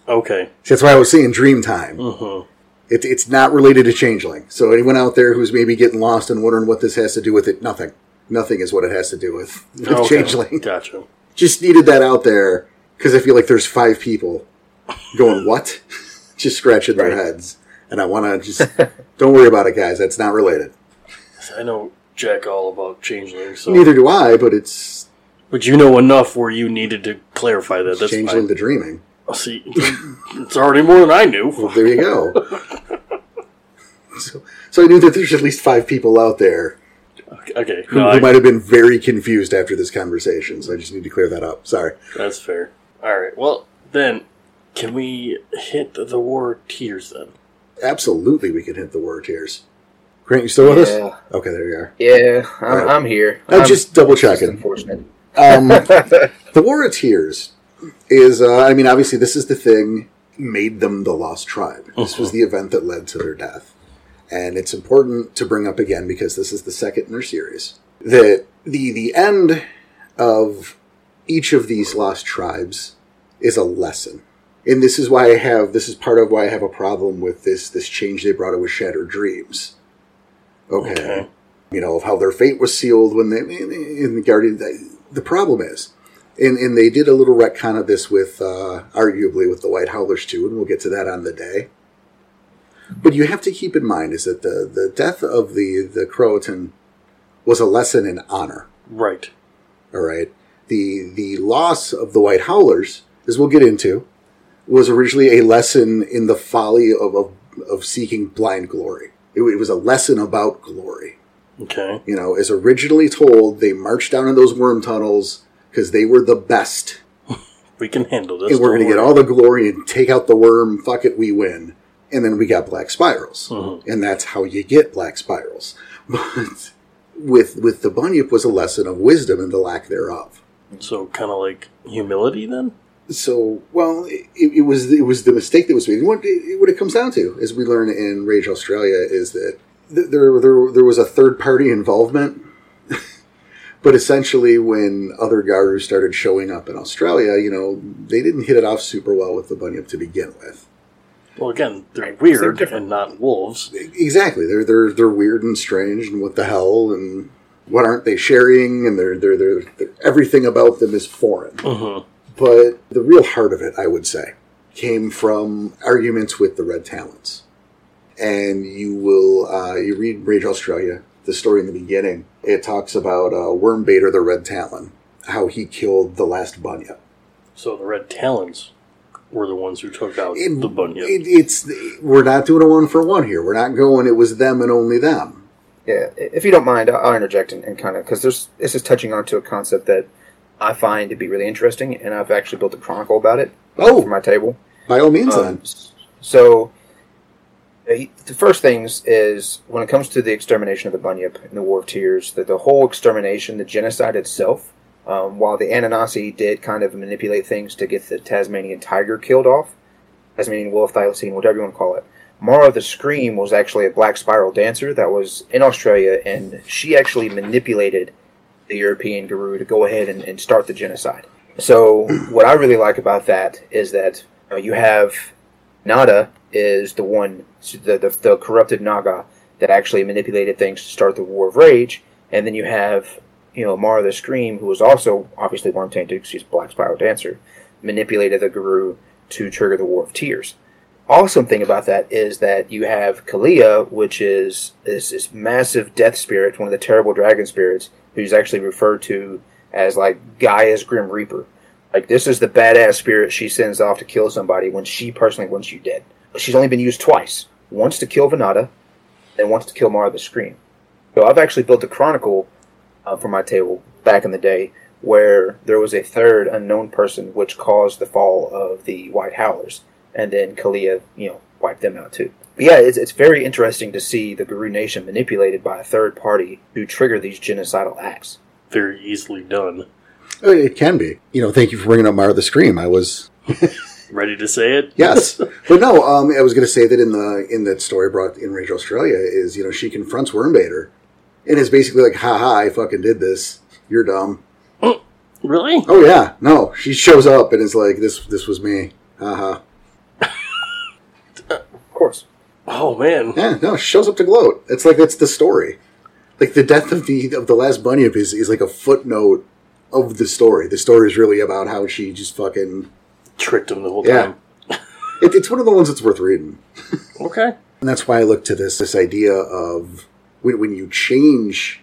okay. See, that's why I was saying dream time Mm-hmm. it, it's not related to changeling so anyone out there who's maybe getting lost and wondering what this has to do with it nothing nothing is what it has to do with, *laughs* with Oh, changeling Gotcha. just needed that out there because I feel like there's five people going what, *laughs* just scratching their Right. heads, and I want *laughs* to just don't worry about it, guys. That's not related. I know jack all about changeling, so Neither do I, but it's but you know enough where you needed to clarify that. That's Changeling fine. the Dreaming. I'll see, it's already more than I knew. Well, there you *laughs* go. so, so I knew that there's at least five people out there *laughs* Okay, who, no, who I, might have been very confused after this conversation. So I just need to clear that up. Sorry. that's fair. All right. Well, then, can we hit the war tears then? Absolutely, we can hit the word tears. Grant, you still with us? Yeah. Um, Okay, there you are. Yeah, I'm, Right. I'm here. I'm, I'm just double *laughs* checking. unfortunate. Um, the War of Tears is, uh, I mean, obviously, this is the thing made them the Lost Tribe. This was the event that led to their death. And it's important to bring up again because this is the second in their series. That the, the end of each of these Lost Tribes is a lesson. And this is why I have, this is part of why I have a problem with this, this change they brought it with Shattered Dreams. okay Okay. you know, of how their fate was sealed when they in the Guardian. The, the problem is, and and they did a little retcon of this with uh, arguably with the White Howlers too, and we'll get to that on the day. But you have to keep in mind is that the the death of the the Croatan was a lesson in honor. Right. All right, the the loss of the White Howlers, as we'll get into, was originally a lesson in the folly of of, of seeking blind glory. It, it was a lesson about glory Okay. you know, is originally told they marched down in those worm tunnels because they were the best, We can handle this. and we're going don't to get worry. all the glory and take out the worm. Fuck it, we win. And then we got black spirals, Mm-hmm. and that's how you get black spirals. *laughs* But with with the bunyip was a lesson of wisdom and the lack thereof. So kind of like humility then. So, well, it, it was it was the mistake that was made. What it, what it comes down to, as we learn in Rage Australia, is that th- there there there was a third party involvement. *laughs* but essentially, when other Garu started showing up in Australia, you know, they didn't hit it off super well with the Bunyip to begin with. Well, again, they're They're weird different. and not wolves. E- Exactly, they're they're they're weird and strange, and what the hell, and what aren't they sharing? And they're they're they're, they're everything about them is foreign. Mm-hmm. But the real heart of it, I would say, came from arguments with the Red Talons. And you will, uh, you read Rage Australia, the story in the beginning. It talks about uh, Worm Bader, the Red Talon, how he killed the last Bunya. So the red talons were the ones who took out It- the bunyip. It, it's we're not doing a one for one here. We're not going. It was them and only them. Yeah, i- if you don't mind, I- I'll interject and, and kind of because there's this is touching onto a concept that I find to be really interesting, and I've actually built a chronicle about it for Oh, my table. by all means, Um, then so uh, the first things is when it comes to the extermination of the Bunyip and the War of Tears, that the whole extermination, the genocide itself, um, while the Ananasi did kind of manipulate things to get the Tasmanian tiger killed off, Tasmanian wolf, thylacine, whatever you want to call it. Mara the Scream was actually a black spiral dancer that was in Australia, and she actually manipulated the European guru to go ahead and, and start the genocide. So, what I really like about that is that uh, you have Nada is the one, the, the, the corrupted Naga that actually manipulated things to start the War of Rage. And then you have, you know, Mara the Scream, who was also obviously Worm Tainted, 'cause she's a Black Spiral Dancer, manipulated the Guru to trigger the War of Tears. Awesome thing about that is that you have Kalia, which is is this massive death spirit, one of the terrible dragon spirits, who's actually referred to as like Gaia's Grim Reaper. Like this is the badass spirit she sends off to kill somebody when she personally wants you dead. She's only been used twice. Once to kill Venata, and once to kill Mara the Scream. So I've actually built a chronicle uh, for my table back in the day where there was a third unknown person which caused the fall of the White Howlers, and then Kalia, you know, wiped them out too. But yeah, it's, it's very interesting to see the Guru Nation manipulated by a third party to trigger these genocidal acts. Very easily done. Oh, it can be. You know, thank you for bringing up Mara the Scream. I was Ready to say it? yes, *laughs* but no. Um, I was going to say that in the in that story brought in Rage Australia is you know she confronts Wormbader, and is basically like, "Ha ha, I fucking did this. You're dumb." Really? Oh yeah, no. She shows up and is like, "This this was me." Ha ha. Of course. Oh man. Yeah, no. She shows up to gloat. It's like that's the story. Like the death of the of the last bunyip is is like a footnote of the story. The story is really about how she just fucking. Tricked him the whole Yeah. time. It, it's one of the ones that's worth reading. Okay. And that's why I look to this this idea of when, when you change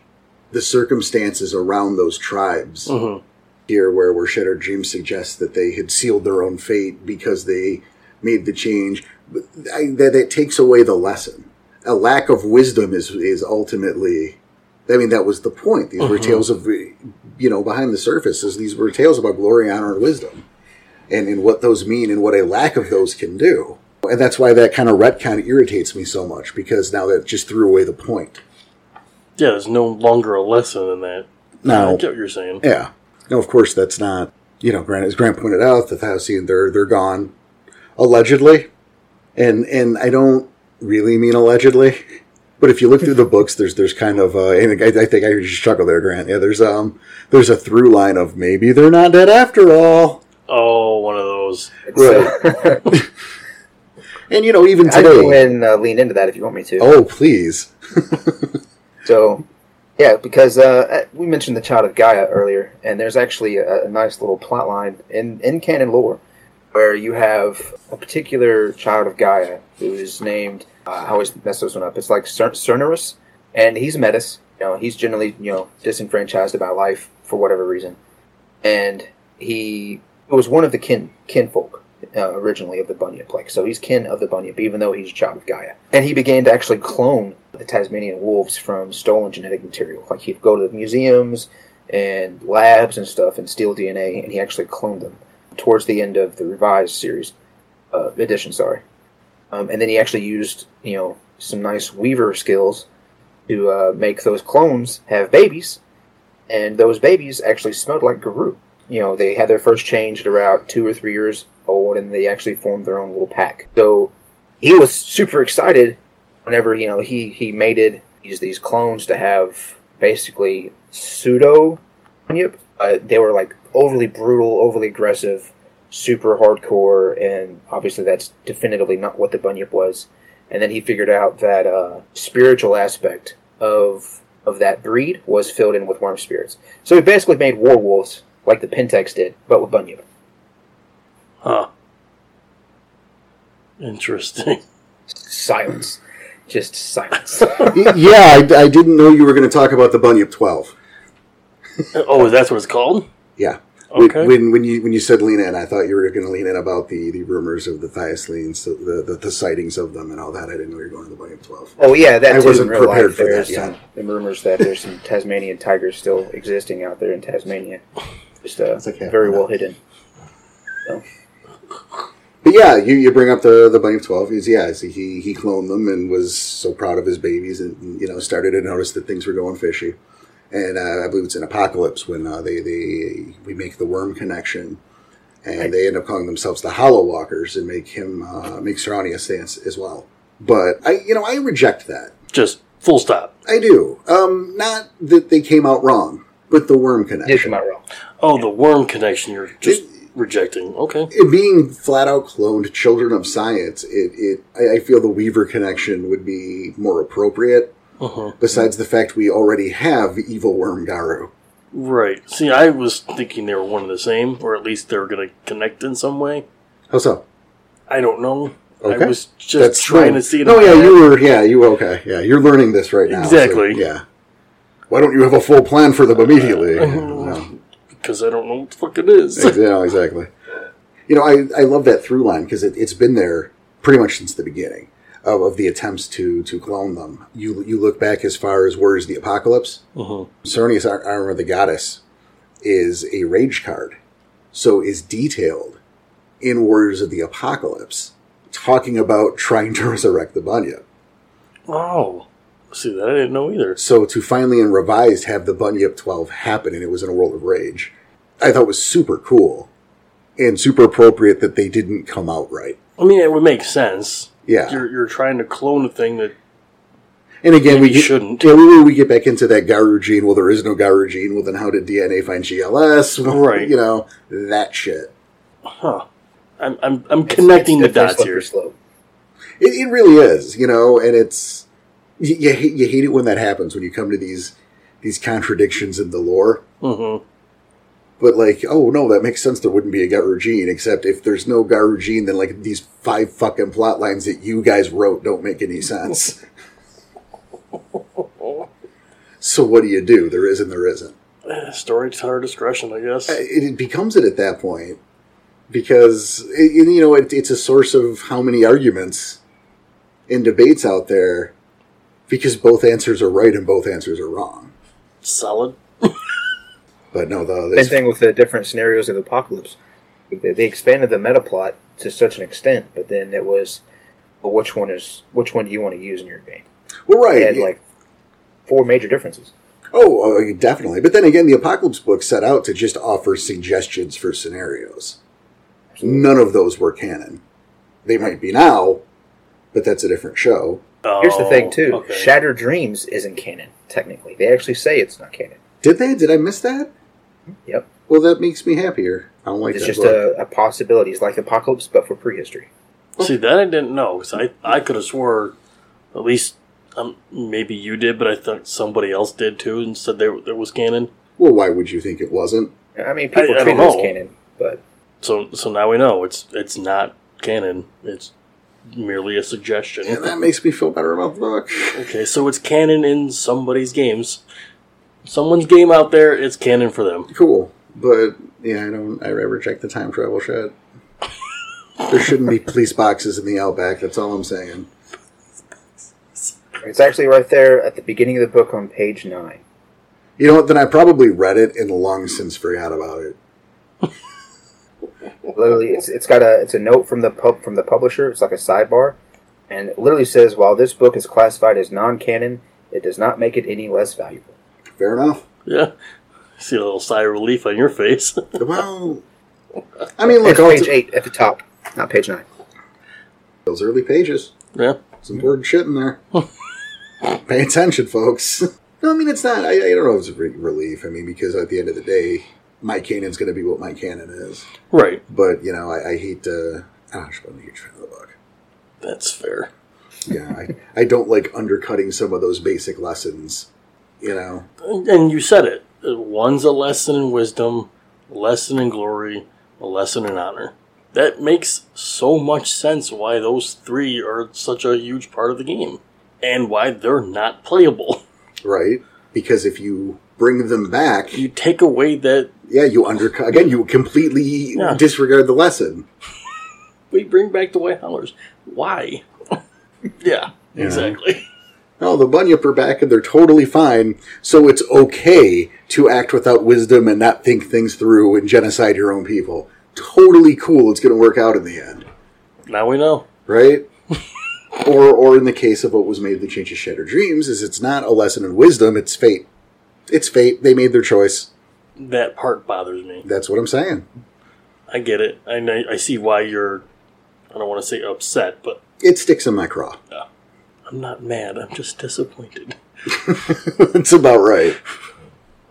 the circumstances around those tribes, Mhm. here where where Shattered Dreams suggests that they had sealed their own fate because they made the change. But I, that that takes away the lesson. A lack of wisdom is is ultimately. I mean, that was the point. These were Mhm. tales of, you know, behind the surface. Is these were tales about glory, honor, and wisdom, and and what those mean, and what a lack of those can do. And that's why that kind of retcon irritates me so much because now that just threw away the point. Yeah, there's no longer a lesson in that. I Now, get what you're saying. Yeah. Now, of course, that's not, you know, Grant, as Grant pointed out, the Thaucian, they're, they're gone, allegedly. And, and I don't really mean allegedly, but if you look through the books, there's, there's kind of, uh, and I, I think I heard you chuckle there, Grant. Yeah, there's, um, there's a through line of maybe they're not dead after all. Oh, one of those. So, And, you know, even I can go today. ahead and uh, lean into that if you want me to. Oh, please. So, yeah, because uh, we mentioned the Child of Gaia earlier, and there's actually a, a nice little plot line in, in canon lore where you have a particular Child of Gaia who is named, uh, I always mess this one up, it's like Cer- Cernerus, and he's Metis. You know, he's generally, you know, disenfranchised about life for whatever reason. And he was one of the kin kinfolk uh, originally of the Bunyip. Like, so he's kin of the Bunyip, even though he's a child of Gaia. And he began to actually clone the Tasmanian wolves from stolen genetic material. Like, he'd go to the museums and labs and stuff and steal DNA, and he actually cloned them towards the end of the revised series uh, edition. Sorry. Um, and then he actually used, you know, some nice weaver skills to uh, make those clones have babies, and those babies actually smelled like Guru. You know, they had their first change at about two or three years old, and they actually formed their own little pack. So he was super excited whenever you know he he mated these these clones to have basically pseudo. Yep, uh, they were like overly brutal, overly aggressive, super hardcore, and obviously that's definitively not what the Bunyip was and then he figured out that uh, spiritual aspect of of that breed was filled in with worm spirits. So he basically made werewolves like the Pentex did, but with Bunyip. Huh. Interesting. *laughs* Silence, Hmm. *laughs* just silence. Y- yeah, I, I didn't know you were going to talk about the Bunyip 12. oh, that's what it's called? Yeah. When- Okay. When, when you when you said lean in, I thought you were going to lean in about the, the rumors of the Thioslines, the, the, the sightings of them, and all that. I didn't know you were going to the Bunyip Twelve. oh yeah, that I too, wasn't in real prepared life, for there's that yet. some the rumors that there's some Tasmanian tigers still existing out there in Tasmania, just uh, It's okay. very well hidden. But yeah, you, you bring up the the Bunyip Twelve. Is yeah, so he he cloned them and was so proud of his babies, and you know started to notice that things were going fishy. And uh, I believe it's in Apocalypse when uh, they they we make the worm connection, and Right. they end up calling themselves the Hollow Walkers and make him uh, make Serranius dance as well. But I you know I reject that. Just full stop. I do. Um, not that they came out wrong, but the worm Did come connection. out wrong. Oh, the worm connection you're just rejecting. Okay. It being flat out cloned children of science, it, it I, I feel the Weaver connection would be more appropriate. Uh-huh. Besides the fact we already have evil worm Garu. Right. See, I was thinking they were one and the same, or at least they were going to connect in some way. How so? I don't know. Okay. I was just trying to see it. No, in my yeah, head. you were. Yeah, you were okay. Yeah, you're learning this right now. so, Exactly. yeah. Why don't you have a full plan for them *laughs* immediately? Uh, No. because I don't know what the fuck it is. Ex- yeah, exactly. You know, I, I love that through line because it, it's been there pretty much since the beginning of, of the attempts to to clone them. You you look back as far as Warriors of the Apocalypse. Mhm. Cernius Ar- Armor of the Goddess is a rage card, so is detailed in Warriors of the Apocalypse, talking about trying to *laughs* resurrect the Bunyip. *laughs* Oh, see that I didn't know either. So to finally in revised have the Bunyip 12 happen and it was in a world of rage, I thought was super cool and super appropriate that they didn't come out right. I mean, it would make sense. Yeah. you're you're trying to clone a thing that And again, we Maybe get, shouldn't. Yeah, we, we get back into that Garu gene. Well, there is no Garu gene. Well, then how did DNA find GLS? Well, Right. You know, that shit. huh? I'm I'm, I'm connecting It's the definitely dots here. slippery slope. It, it really is, you know, and it's, you, you, hate- you hate it when that happens, when you come to these, these contradictions in the lore. Mm-hmm. But like, oh no, that makes sense. There wouldn't be a Garu gene, except if there's no Garu gene, then like these five fucking plot lines that you guys wrote don't make any sense. so what do you do? There is and there isn't. eh, *clears throat* story to our discretion, I guess. it it becomes it at that point because it, it- you know it, it's a source of how many arguments and debates out there because both answers are right and both answers are wrong. Solid. But no, the Same this, thing with the different scenarios of the apocalypse. They, they expanded the meta plot to such an extent, but then it was, well, which one is which one do you want to use in your game? well, They right? had like four major differences. oh, uh, definitely. But then again, the apocalypse book set out to just offer suggestions for scenarios. None of those were canon. They might be now, but that's a different show. Here's the thing, too: Oh, okay. Shattered Dreams isn't canon technically. They actually say it's not canon. Did they? Did I miss that? Yep, Well, that makes me happier. I don't like it's that just book. a, a possibility. It's like apocalypse, but for prehistory. See that I didn't know because I I could have swore, at least um, maybe you did, but I thought somebody else did too and said there there was canon. Well, why would you think it wasn't? I mean, people I don't treat it as know. canon, but So so now we know it's it's not canon. It's merely a suggestion. And that makes me feel better about the book. Okay, so it's canon in somebody's games. Someone's game out there, it's canon for them. Cool. But yeah, I don't I ever check the time travel shit. there shouldn't be police boxes in the outback, that's all I'm saying. it's actually right there at the beginning of the book on page nine. You know what, then I probably read it and long since forgot about it. literally it's it's got a it's a note from the pub from the publisher it's like a sidebar and it literally says while this book is classified as non-canon it does not make it any less valuable Fair enough. Yeah. *laughs* See a little sigh of relief on your face. *laughs* *laughs* Well I mean look it's all page it eight at the top not page nine those early pages. yeah. Some important shit in there. Pay attention, folks. *laughs* No, I mean it's not I, I don't know if it's a re- relief. I mean, because at the end of the day, my canon's gonna be what my canon is. Right. But you know, I, I hate uh gosh, I'm a huge fan of the book. That's fair. yeah, I, *laughs* I don't like undercutting some of those basic lessons. You know, And and you said it. One's a lesson in wisdom, a lesson in glory, a lesson in honor. That makes so much sense why those three are such a huge part of the game and why they're not playable. *laughs* right? Because if you bring them back, You take away that yeah, you undercut again. You completely Yeah. disregard the lesson. we bring back the white howlers. Why? *laughs* Yeah. yeah, exactly. No, the Bunyip are back and they're totally fine. So it's okay to act without wisdom and not think things through and genocide your own people. Totally cool. It's going to work out in the end, Now we know. right? or, or in the case of what was made the change of Shattered Dreams, is it's not a lesson in wisdom. It's fate. It's fate. They made their choice. That part bothers me. That's what I'm saying. I get it. I know, I see why you're. I don't want to say upset, but It sticks in my craw. *laughs* I'm not mad. I'm just disappointed. That's about right.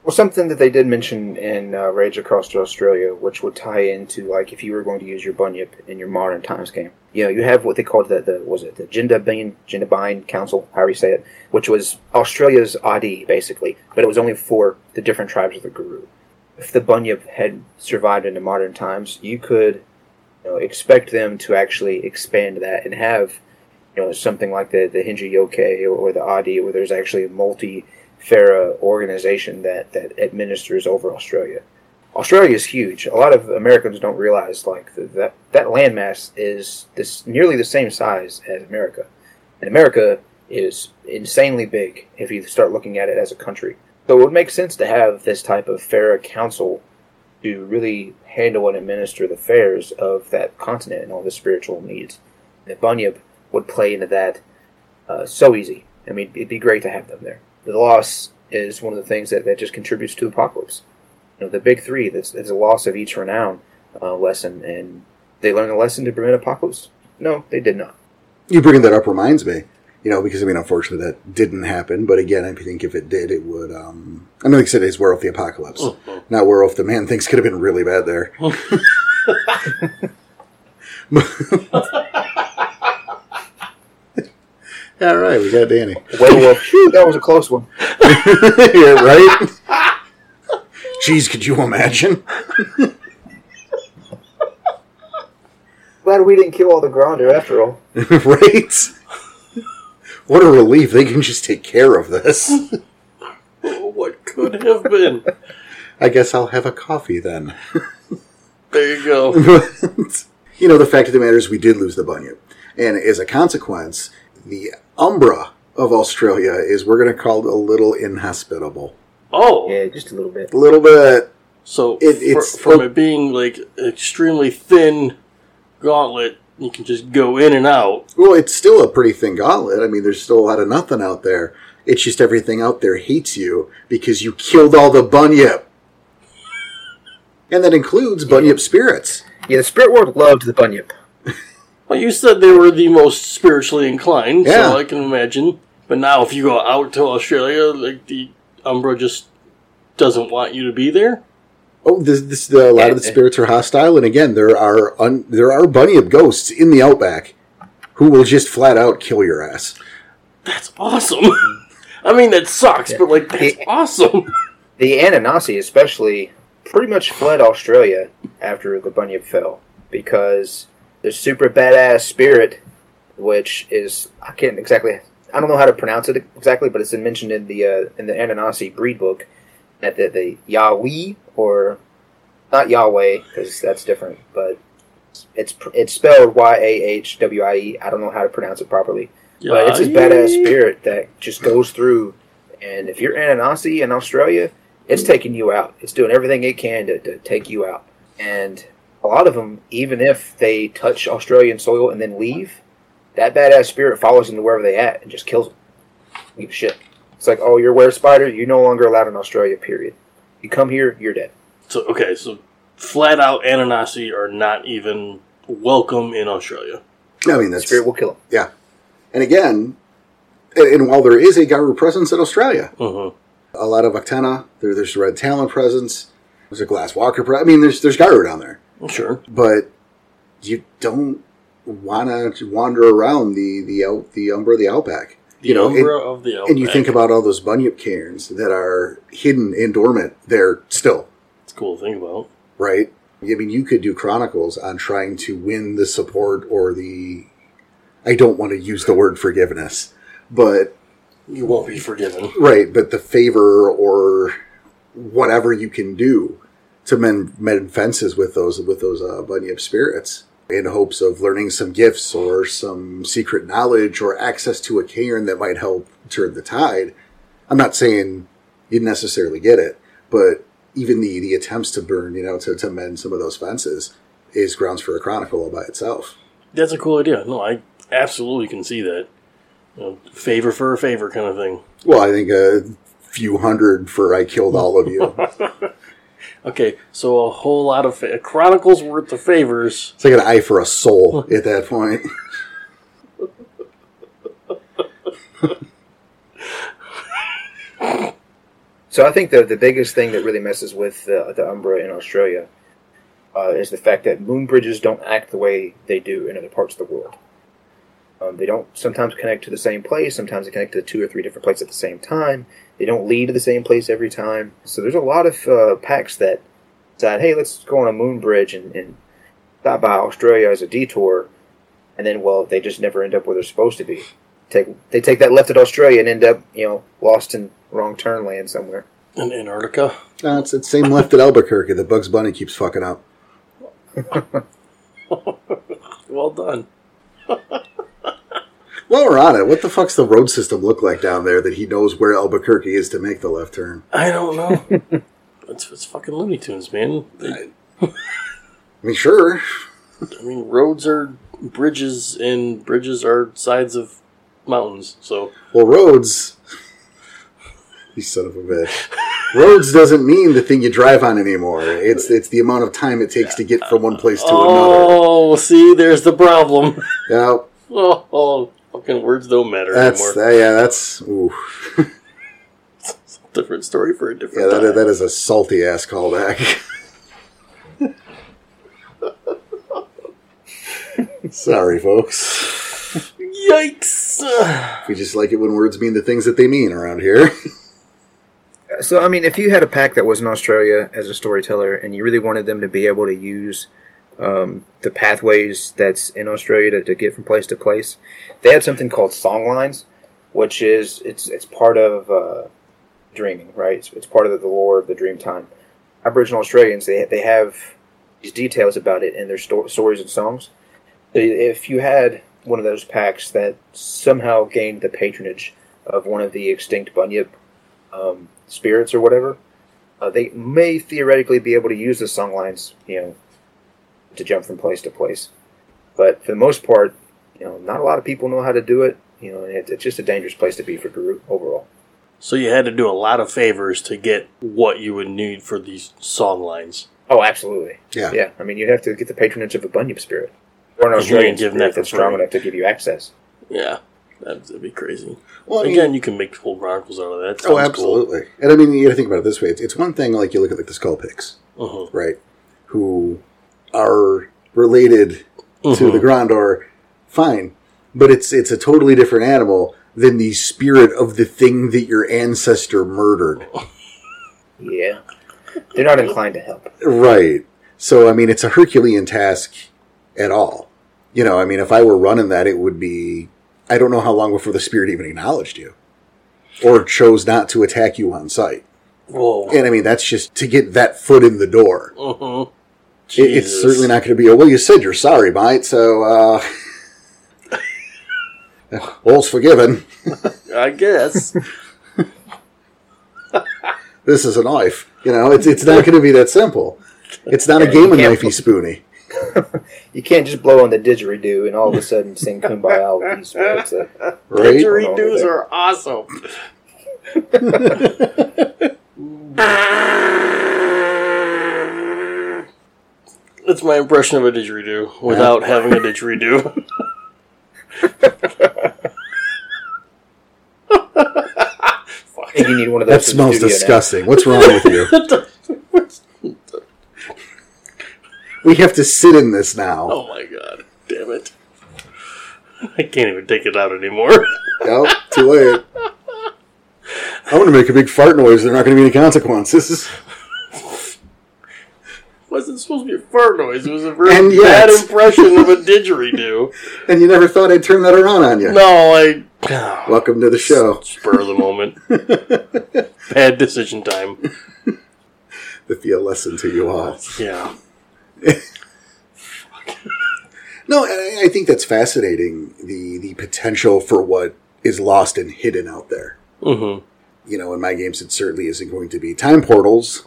well something that they did mention in uh, rage across australia which would tie into like if you were going to use your bunyip in your modern times game you know you have what they called the, the was it the jindabyne jindabyne council however you say it which was australia's id basically but it was only for the different tribes of the guru if the bunyip had survived into modern times, you could you know, expect them to actually expand that and have you know something like the the Hinji Yoke or, or the Adi, where there's actually a multi Fera organization that that administers over Australia. Australia is huge. A lot of Americans don't realize like th- that that landmass is this nearly the same size as America, and America is insanely big if you start looking at it as a country. So it would make sense to have this type of fair council to really handle and administer the fairs of that continent and all the spiritual needs. The Bunyip would play into that uh, so easy. I mean, it'd be great to have them there. The loss is one of the things that, that just contributes to apocalypse. You know, the big three, that's, that's a loss of each renown uh, lesson, and they learned a lesson to prevent apocalypse? No, they did *laughs* not. You bringing that up reminds me, you know, because I mean, unfortunately, that didn't happen. But again, I think if it did, it would. um I mean, like I said, it's Werewolf the Apocalypse. Mhm. Not Werewolf the Man. Things could have been really bad there. All right, we got Danny. *laughs* Werewolf, phew, that was a close one. yeah, right? Jeez, could you imagine? *laughs* Glad we didn't kill all the Gronder after all. right? What a relief. They can just take care of this. What could Oh, have been? I guess I'll have a coffee then. There you go. but, *laughs* you know, the fact of the matter is we did lose the Bunyip. And as a consequence, the Umbra of Australia is, we're going to call it a little inhospitable. Oh, Yeah, just a little bit. A little bit. so It- fr- it's- from it being like extremely thin gauntlet, you can just go in and out. Well, it's still a pretty thin gauntlet. I mean, there's still a lot of nothing out there. It's just everything out there hates you because you killed all the Bunyip. And that includes Bunyip spirits. Yeah, the spirit world loved the bunyip. Well, you said they were the most spiritually inclined, Yeah. so I can imagine. But now, if you go out to Australia, like the Umbra just doesn't want you to be there. Oh, this, this the, a lot of Eh, the spirits are hostile, and again, there are un, there are bunyip ghosts in the outback who will just flat out kill your ass. That's awesome. *laughs* I mean, that sucks, but like that's Yeah. awesome. The Ananasi, especially, pretty much fled Australia after the bunyip fell because the super badass spirit, which is I can't exactly I don't know how to pronounce it exactly, but it's mentioned in the uh, in the Ananasi breed book that the, the Yahweh or not Yahweh because that's different, but it's pr- it's spelled Y A H W I E. I don't know how to pronounce it properly. But it's this badass spirit that just goes through, and if you're Ananasi in Australia, it's taking you out. It's doing everything it can to, to take you out. And a lot of them, even if they touch Australian soil and then leave, that badass spirit follows them to wherever they at and just kills them. Give a shit. It's like, oh, you're a were spider. You're no longer allowed in Australia. Period. You come here, you're dead. So okay, so flat out Ananasi are not even welcome in Australia. I mean, The that's spirit will kill them. and again, and, and while there is a Garu presence in Australia, Mhm. a lot of Actena, there, there's Red Talon presence, there's a Glass Walker. Pre- I mean, there's there's Garu down there, Sure. but you don't want to wander around the the out, the Umbra, the Outback. The You know, and- Umbra of the Outback. And you think about all those bunyip cairns that are hidden and dormant there still. it's cool to think about. right? I mean, you could do chronicles on trying to win the support or the. I don't want to use the word forgiveness, but You won't be forgiven. right, but the favor or whatever you can do to mend, mend fences with those with those uh, bunyip spirits in hopes of learning some gifts or some secret knowledge or access to a cairn that might help turn the tide. I'm not saying you necessarily get it, but even the the attempts to burn, you know, to, to mend some of those fences is grounds for a chronicle all by itself. That's a cool idea. No, I absolutely can see that. You know, favor for a favor kind of thing. Well, I think a few hundred for I killed all of you. Okay, so a whole lot of fa- a chronicles worth of favors. It's like an eye for a soul at that point. So I think the the biggest thing that really messes with the, the Umbra in Australia uh, is the fact that moon bridges don't act the way they do in other parts of the world. Um, they don't sometimes connect to the same place. Sometimes they connect to two or three different places at the same time. They don't lead to the same place every time. So there's a lot of uh, packs that decide, hey, let's go on a moon bridge and, and stop by Australia as a detour. And then, well, they just never end up where they're supposed to be. Take they take that left at Australia and end up, you know, lost in wrong turn land somewhere. In Antarctica, No, it's the same left at Albuquerque that Bugs Bunny keeps fucking up. well done. While we're on it, what the fuck's the road system look like down there that he knows where Albuquerque is to make the left turn? I don't know. it's, it's fucking Looney Tunes, man. They- I mean, sure. I mean, roads are bridges, and bridges are sides of mountains. So Well, roads. *laughs* you son of a bitch. Roads doesn't mean the thing you drive on anymore. It's it's the amount of time it takes to get from one place to another. oh, see, there's the problem. *laughs* Yeah, oh, oh, fucking words don't matter that's anymore. that, yeah, that's ooh, Different story for a yeah, different that, time. that is a salty ass callback. *laughs* Sorry, folks. Yikes! *sighs* We just like it when words mean the things that they mean around here. *laughs* So, I mean, if you had a pack that was in Australia as a storyteller and you really wanted them to be able to use um, the pathways that's in Australia to, to get from place to place, they had something called songlines, which is it's it's part of uh, dreaming, right? It's, it's part of the lore of the Dreamtime. Aboriginal Australians, they they have these details about it in their sto- stories and songs. So if you had one of those packs that somehow gained the patronage of one of the extinct Bunyip um, spirits or whatever, uh, they may theoretically be able to use the song lines, you know, to jump from place to place. But for the most part, you know, not a lot of people know how to do it. You know, and it, it's just a dangerous place to be for Garut overall. So you had to do a lot of favors to get what you would need for these song lines. Oh, absolutely. Yeah. Yeah. I mean, you'd have to get the patronage of a Bunyip spirit or an Because you ain't Australian giving spirit that for that's strong free. enough to give you access. Yeah, that'd, that'd be crazy. Well, I mean- Again, you can make whole chronicles out of that. Oh, Sounds absolutely. And I mean, you got to think about it this way. It's, it's one thing, like, you look at, like, the skull picks, Cool. Uh-huh. right, who are related to Mhm. the Grandor, fine. But it's it's a totally different animal than the spirit of the thing that your ancestor murdered. Yeah. They're not inclined to help. Right. So I mean it's a Herculean task at all. You know, I mean if I were running that it would be I don't know how long before the spirit even acknowledged you. Or chose not to attack you on sight. Whoa. And I mean that's just to get that foot in the door. Mhm. It- it's Jesus. certainly not going to be. Oh, well, you said you're sorry, mate. So, uh, *laughs* all's forgiven. *laughs* I guess. This is a knife. You know, it's it's not going to be that simple. It's not a game of Yeah. knifey spoony. You can't just blow on the didgeridoo and all of a sudden sing Kumbaya with these spirits. Uh, Right? Didgeridoos are *laughs* awesome. That's my impression of a didgeridoo without having a didgeridoo. I think you need one of That those. in the smells studio now. disgusting. What's wrong with you? We have to sit in this now. *laughs* oh my god. Damn it. I can't even take it out anymore. Nope, too late. I'm going to make a big fart noise. There's not going to be any consequences. *laughs* *laughs* wasn't supposed to be a fart noise. It was a very And yet. bad *laughs* impression of a *laughs* didgeridoo. And you never thought I'd turn that around on you. no, *sighs* I. Welcome to the show. Spur of the moment. bad decision time. To be a lesson to you all. Yeah. No, I I think that's fascinating. The the potential for what is lost and hidden out there. Mm-hmm. You know, in my games, it certainly isn't going to be time portals,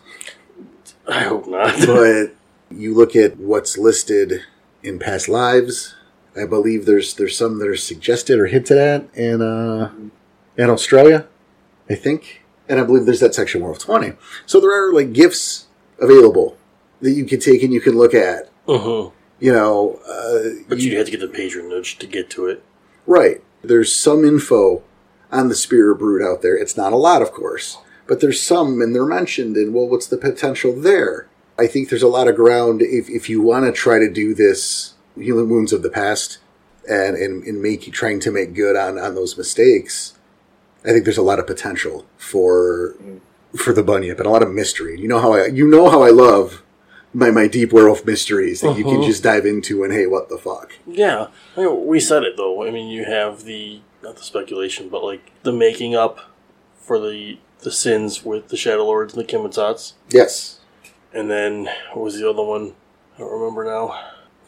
I hope not. *laughs* but you look at what's listed in past lives. I believe there's there's some that are suggested or hinted at in uh, in Australia, I think, and I believe there's that section 120. So there are like gifts available that you can take and you can look at. hmm You know, uh, But you- you'd have to get the patronage to get to it. Right. There's some info on the spirit brood out there. It's not a lot, of course, but there's some, and they're mentioned. And well, what's the potential there? I think there's a lot of ground if, if you want to try to do this healing wounds of the past and and, and make trying to make good on, on those mistakes. I think there's a lot of potential for for the bunyip and a lot of mystery. You know how I you know how I love my my deep werewolf mysteries that you can Uh-huh. just dive into and hey, what the fuck? Yeah. You know, we said it, though. I mean, you have the, not the speculation, but like the making up for the the sins with the Shadow Lords and the Kimitsats. Yes, And then, what was the other one? I don't remember now.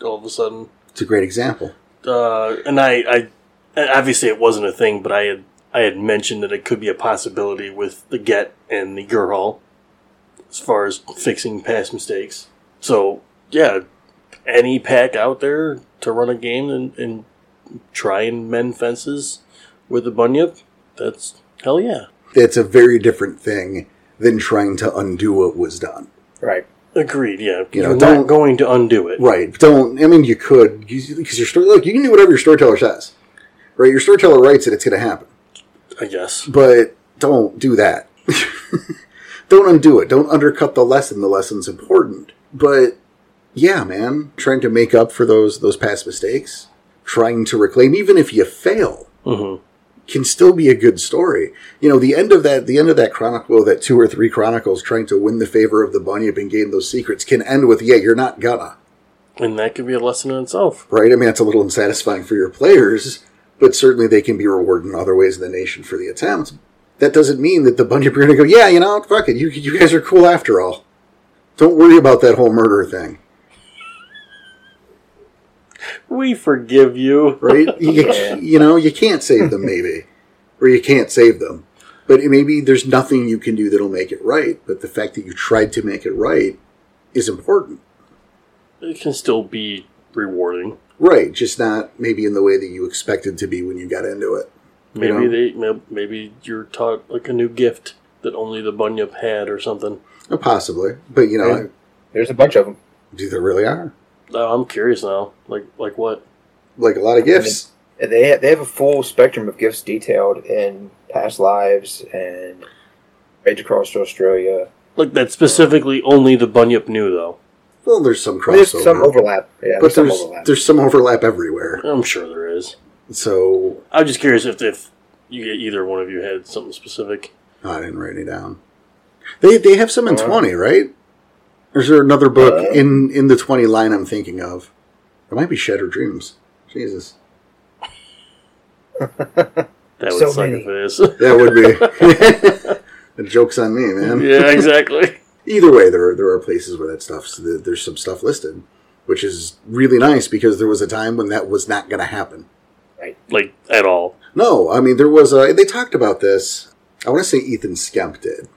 All of a sudden. it's a great example. uh, and I, I and obviously it wasn't a thing, but I had I had mentioned that it could be a possibility with the get and the girl as far as fixing past mistakes. So yeah, any pack out there to run a game and, and try and mend fences with a bunyip, that's hell yeah. it's a very different thing than trying to undo what was done. Right. Agreed. Yeah, You know, you're don't- not going to undo it. Right. Don't. I mean, you could because your story. Look, you can do whatever your storyteller says. Right. Your storyteller writes it. It's going to happen. I guess. But don't do that. *laughs* don't undo it. Don't undercut the lesson. The lesson's important. But yeah, man, trying to make up for those those past mistakes, trying to reclaim, even if you fail, hmm can still be a good story. You know, the end of that, the end of that chronicle, that two or three chronicles trying to win the favor of the bunyip and gain those secrets can end with, yeah, you're not gonna, And that could be a lesson in itself. right? I mean, that's a little unsatisfying for your players, but certainly they can be rewarded in other ways in the nation for the attempt. That doesn't mean that the bunyip are gonna go, yeah, you know, fuck it, you, you guys are cool after all. Don't worry about that whole murder thing, We forgive you. right? you, you know, you can't save them, maybe, or you can't save them. But it- maybe there's nothing you can do that'll make it right. But the fact that you tried to make it right is important, It can still be rewarding. right? Just not maybe in the way that you expected to be when you got into it. Maybe Yeah. they may- maybe you're taught like a new gift that only the bunyip had or something. Uh, Possibly, but you know, Yeah. There's a bunch of them. do there really are Oh, I'm curious now. Like like what? like a lot of gifts? They have, they have a full spectrum of gifts detailed in past lives and rage across to Australia. Like that specifically only the bunyip knew though. Well, there's some crossover, There's some overlap. Yeah, but there's some there's overlap. there's some overlap everywhere. I'm sure there is. So I'm just curious if if you either one of you had something specific. Oh, I didn't write any down. They they have some in Uh, twenty, right? Or is there another book Uh, in in the twenty line I'm thinking of? It might be Shattered Dreams. Jesus, That would So suck many. if it is. *laughs* that would be. *laughs* the joke's on me, man. yeah, exactly. Either way, there are, there are places where that stuff so there- there's some stuff listed, which is really nice because there was a time when that was not going to happen. Like at all. No, I mean there was a, they talked about this. I want to say Ethan Skemp did.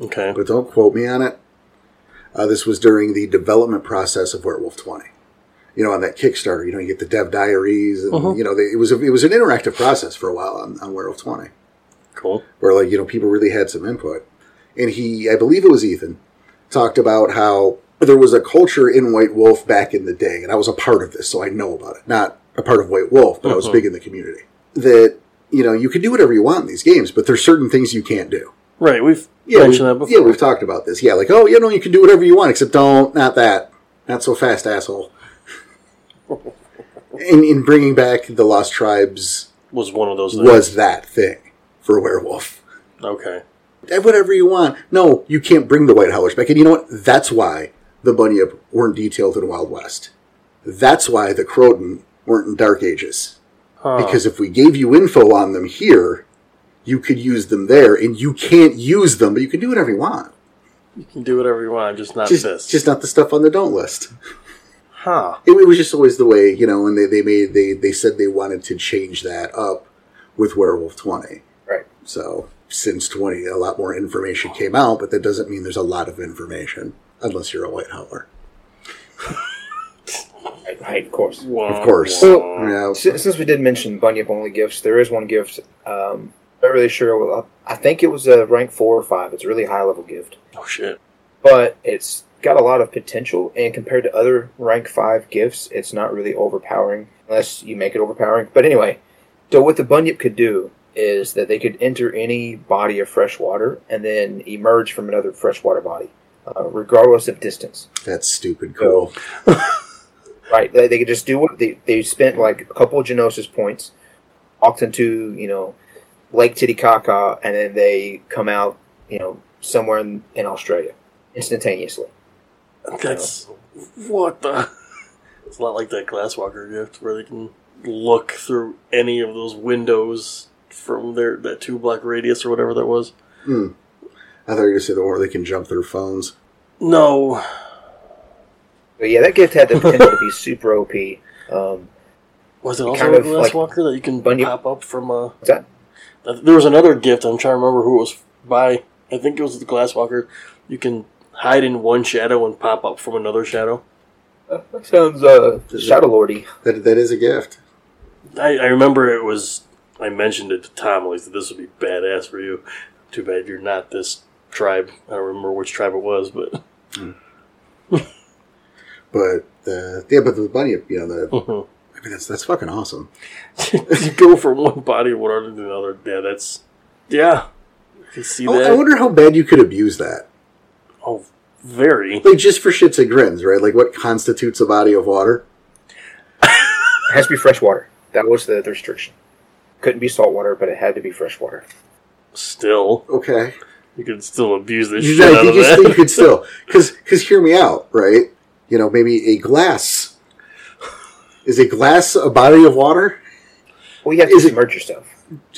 Okay. but don't quote me on it. Uh, this was during the development process of Werewolf Twenty. You know, on that Kickstarter, you know, you get the dev diaries, and Mhm. you know, they, it was a, it was an interactive process for a while on, on Werewolf Twenty, Cool. where like you know people really had some input. And he, I believe it was Ethan, talked about how there was a culture in White Wolf back in the day, and I was a part of this, so I know about it. Not a part of White Wolf, but I was Mhm. big in the community. That you know, you can do whatever you want in these games, but there's certain things you can't do Right, we've yeah, mentioned we- that Yeah, before. we've talked about this. Yeah, like, oh, you know, you can do whatever you want, except don't, not that. Not so fast, asshole. *laughs* in, in bringing back the Lost Tribes was one of those things. was that thing for werewolf. Okay. Eh, Whatever you want. No, you can't bring the White Howlers back. And you know what? That's why the Bunyip weren't detailed in Wild West. That's why the Croton weren't in Dark Ages. Huh. Because if we gave you info on them here, you could use them there, and you can't use them, but you can do whatever you want. you can do whatever you want, just not just, this. just not the stuff on the don't list. huh. It, it was just always the way, you know, and they, they made they, they said they wanted to change that up with Werewolf twenty. Right. So since twenty a lot more information came out, but that doesn't mean there's a lot of information. Unless you're a white howler. *laughs* Right, right, of course. Of course. Oh. Well- yeah. Since, since we did mention Bunyip only gifts, there is one gift. Um, not really sure. Well, I think it was a rank four or five. It's a really high level gift, Oh shit. but it's got a lot of potential. And compared to other rank five gifts, it's not really overpowering unless you make it overpowering. But anyway, so what the Bunyip could do is that they could enter any body of fresh water and then emerge from another freshwater body, uh, regardless of distance. That's stupid cool. Right. They, they could just do what they, they spent like a couple of Genosis points, walked into, you know, Lake Titicaca, and then they come out, you know, somewhere in, in Australia instantaneously. That's what the. *laughs* It's not like that Glasswalker gift where they can look through any of those windows from their that two block radius or whatever that was. I thought you were gonna say the one where they can jump their phones. No, But yeah, that gift had the potential to be super OP. Um, was it also Kind a of like Glasswalker that you can Bunny- pop up from a? what's that? Uh, There was another gift. I'm trying to remember who it was by. I think it was the Glasswalker. You can hide in one shadow and pop up from another shadow. That sounds uh, Shadow Lordy. That that is a gift. I, I remember it was. I mentioned it to Tom. Like this would be badass for you. Too bad you're not this tribe. I don't remember which tribe it was, but *laughs* But the yeah, but the bunny you know, the I mean that's that's fucking awesome. you go from one body of water to another. Yeah, that's yeah. I can see Oh, I, that. I wonder how bad you could abuse that. oh, very. Like just for shits and grins, right? Like what constitutes a body of water? It has to be freshwater. That was the, the restriction. Couldn't be saltwater, but it had to be freshwater. Still, Okay. you can still abuse the You, shit out you of just that. think you could still, because hear me out, right? You know, maybe a glass is a glass a body of water? Well, you have to Is it- submerge yourself.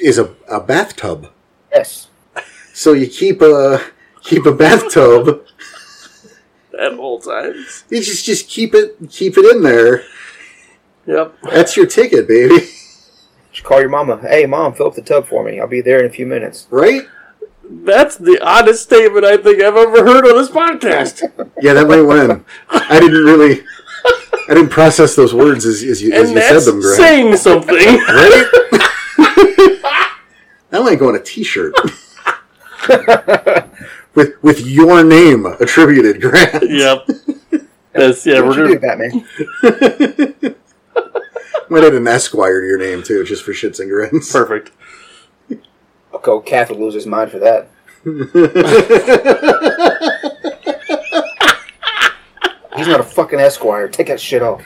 Is a, a bathtub? Yes. So you keep a keep a bathtub *laughs* at all times. You just just keep it keep it in there. Yep. That's your ticket, baby. Just call your mama. Hey, mom, fill up the tub for me. I'll be there in a few minutes. Right? That's the oddest statement I think I've ever heard on this podcast. *laughs* Yeah, that might win. I didn't really I didn't process those words as, as you as And you said that's them, Greg. saying something. *laughs* *laughs* Right? that might go on a t shirt. *laughs* with with your name attributed, Grant. yep. That's yeah, What we're you do, gonna Batman? *laughs* Might add an Esquire to your name too, just for shits and grins. perfect. Okay, Kath will lose his mind for that. He's not a fucking esquire. Take that shit off.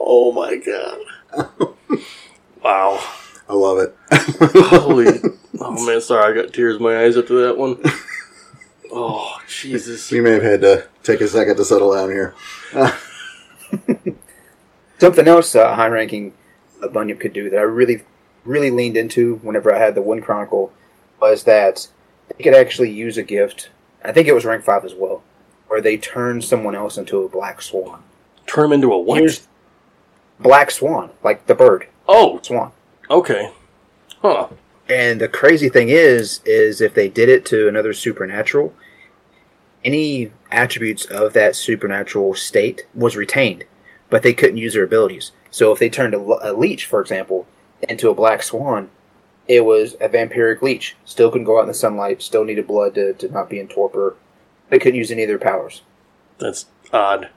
Oh my god. *laughs* wow. *laughs* I love it. *laughs* Holy Oh man, sorry, I got tears in my eyes after that one. Oh Jesus. We may have had to take a second to settle down here. Something else uh, high ranking uh, Bunyip could do that I really, really leaned into whenever I had the One Chronicle was that they could actually use a gift. I think it was rank five as well, where they turn someone else into a black swan. Turn him into a what? Here's- Black swan, like the bird oh, swan. okay. Huh. And the crazy thing is, is if they did it to another supernatural, any attributes of that supernatural state was retained, but they couldn't use their abilities. So if they turned a, le- a leech, for example, into a black swan, it was a vampiric leech. Still couldn't go out in the sunlight. Still needed blood to, to not be in torpor. They couldn't use any of their powers. That's odd.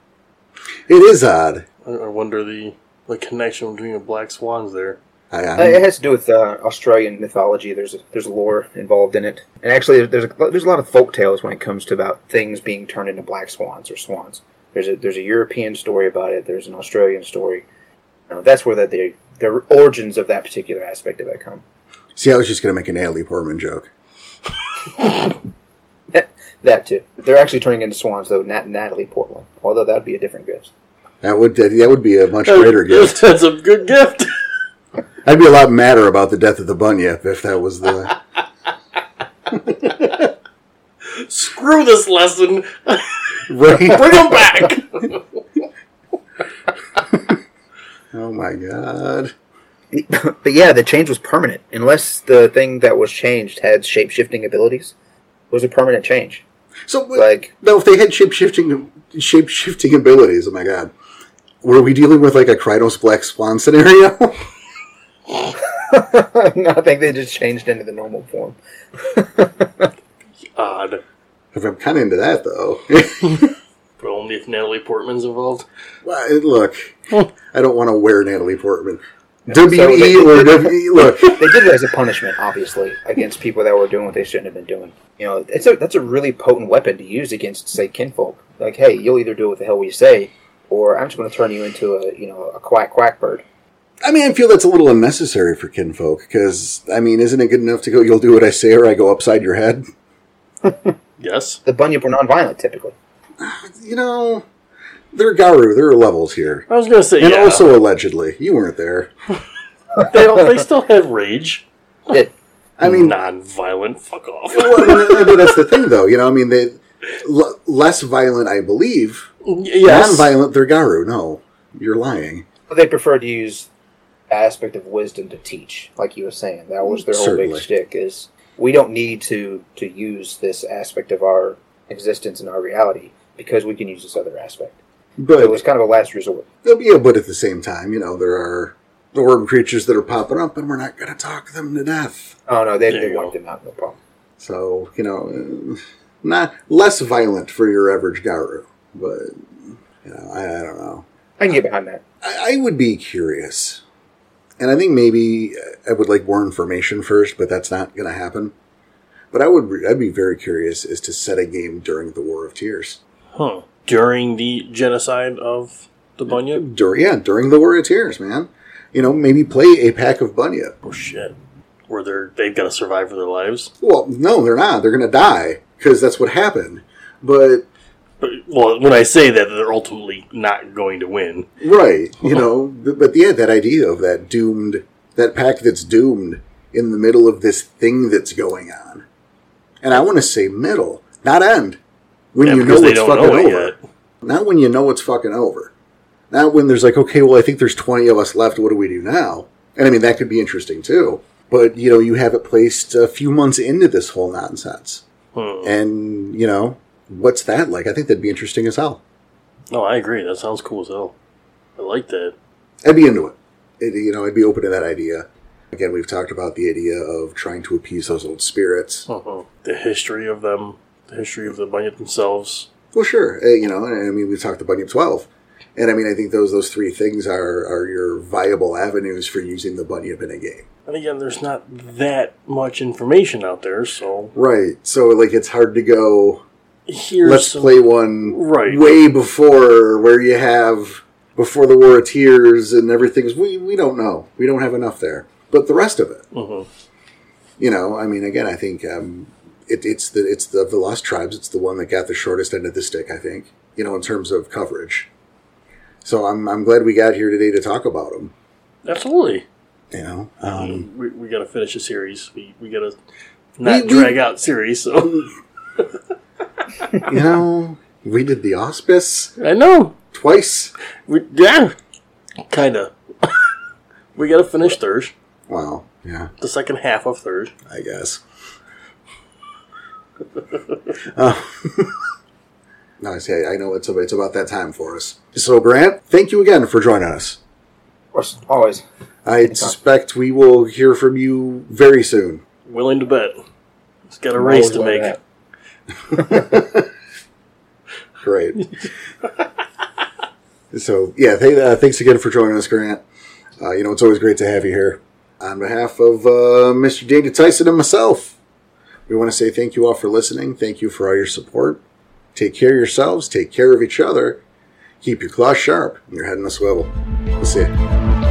It is odd. I I wonder the the connection between the black swans there. I, um, Uh, I'm- It has to do with uh, Australian mythology. There's there's lore involved in it, and actually, there's a, there's a lot of folk tales when it comes to about things being turned into black swans or swans. There's a there's a European story about it. There's an Australian story. You know, that's where that the the origins of that particular aspect of it come. see, I was just going to make an Natalie Portman joke. That too. They're actually turning into swans though. Nat- Natalie Portland. Although that'd be a different gift. That would that would be a much *laughs* greater *laughs* gift. That's a good gift. *laughs* I'd be a lot madder about the death of the bunyip if that was the. Screw this lesson. *laughs* Right? Bring him back. *laughs* Oh my god. but yeah, the change was permanent, unless the thing that was changed had shape shifting abilities. It was a permanent change. So Like No, if they had shape shifting shape shifting abilities, oh my god. Were we dealing with like a Krynos Black Swan scenario? *laughs* *laughs* no, I think they just changed into the normal form. Odd. I'm kind of into that though. *laughs* But only if Natalie Portman's involved. Well, *laughs* Look, I don't want to wear Natalie Portman. so WE they- or *laughs* WE, look. They did it as a punishment, obviously, against people that were doing what they shouldn't have been doing. You know, it's a, that's a really potent weapon to use against, say, kinfolk. Like, hey, you'll either do what the hell we say, or I'm just going to turn you into a you know a quack quack bird. I mean, I feel that's a little unnecessary for kinfolk because, I mean, isn't it good enough to go, you'll do what I say or I go upside your head? Yes. The bunyip were nonviolent typically. You know, they're Garu. There are levels here. I was gonna say And yeah. also, allegedly, you weren't there. they, don't- they still have rage. Yeah, *laughs* I mean, non-violent. Fuck off. well, I mean, but that's the thing, though. You know, I mean, they l- less violent, I believe. yes. Non-violent, they're Garu. No, you're lying. but they preferred to use the aspect of wisdom to teach, like you were saying. That was their whole big Certainly. shtick is we don't need to to use this aspect of our existence and our reality because we can use this other aspect. So it was But kind of a last resort. yeah, but at the same time, you know, there are the worm creatures that are popping up, and we're not going to talk them to death. Oh no, they, There they you wiped go. him out, no problem. So you know, uh, not less violent for your average Garu, but you know, I, I don't know. I can get behind that. I, I would be curious, and I think maybe uh, I would like more information first, but that's not going to happen. But I would, re- I'd be very curious as to set a game during the War of Tears. Huh. During the genocide of the Bunyip. During yeah, during the War of Tears, man. You know, maybe play a pack of Bunya. Oh shit. Where they're they've got to survive for their lives. Well, no, they're not. They're going to die because that's what happened. But But well, when I say that, they're ultimately not going to win. right, *laughs* you know, th- but yeah, that idea of that doomed, that pack that's doomed in the middle of this thing that's going on, and I want to say middle, not end. when Yeah, you know because they it's don't fucking know it over. yet. Not when you know it's fucking over. Not when there's like, okay, well, I think there's 20 of us left. What do we do now? And I mean, that could be interesting too. But, you know, you have it placed a few months into this whole nonsense. Hmm. And, you know, what's that like? I think that'd be interesting as hell. No, I agree. That sounds cool as hell. I like that. I'd be into it. it you know, I'd be open to that idea. Again, we've talked about the idea of trying to appease those old spirits. Uh-huh. The history of them, the history of the Bunyip themselves. Well, sure. Uh, you know, and I mean, we talked to Bunyip 12. And I mean, I think those those three things are, are your viable avenues for using the Bunyip in a game. And again, there's not that much information out there, so Right. So, like, it's hard to go, here's let's some- play one Right. way before where you have, before the War of Tears and everything's, we, we don't know. We don't have enough there. But the rest of it, Mhm. you know, I mean, again, I think um, it, it's the it's the, the Lost Tribes. It's the one that got the shortest end of the stick, I think. You know, in terms of coverage. So I'm I'm glad we got here today to talk about them. Absolutely. You know, um, we we got to finish a series. We, we got to not We- we- drag out series, so. you know, we did the auspice I know. twice. We, yeah. Kind of. *laughs* we got to finish Thurs, Well, yeah, the second half of Thurs. I guess. *laughs* *laughs* Uh, no, I say I know it's about, it's about that time for us. So, Grant, thank you again for joining us. Of course, always. I suspect we will hear from you very soon. Willing to bet. It's got a race to Always make. like Great. *laughs* so, yeah, th- uh, thanks again for joining us, Grant. Uh, you know, it's always great to have you here. On behalf of uh, Mr. Dana Tyson and myself, we want to say thank you all for listening. Thank you for all your support. Take care of yourselves. Take care of each other. Keep your claws sharp and your head in a swivel. We'll see you.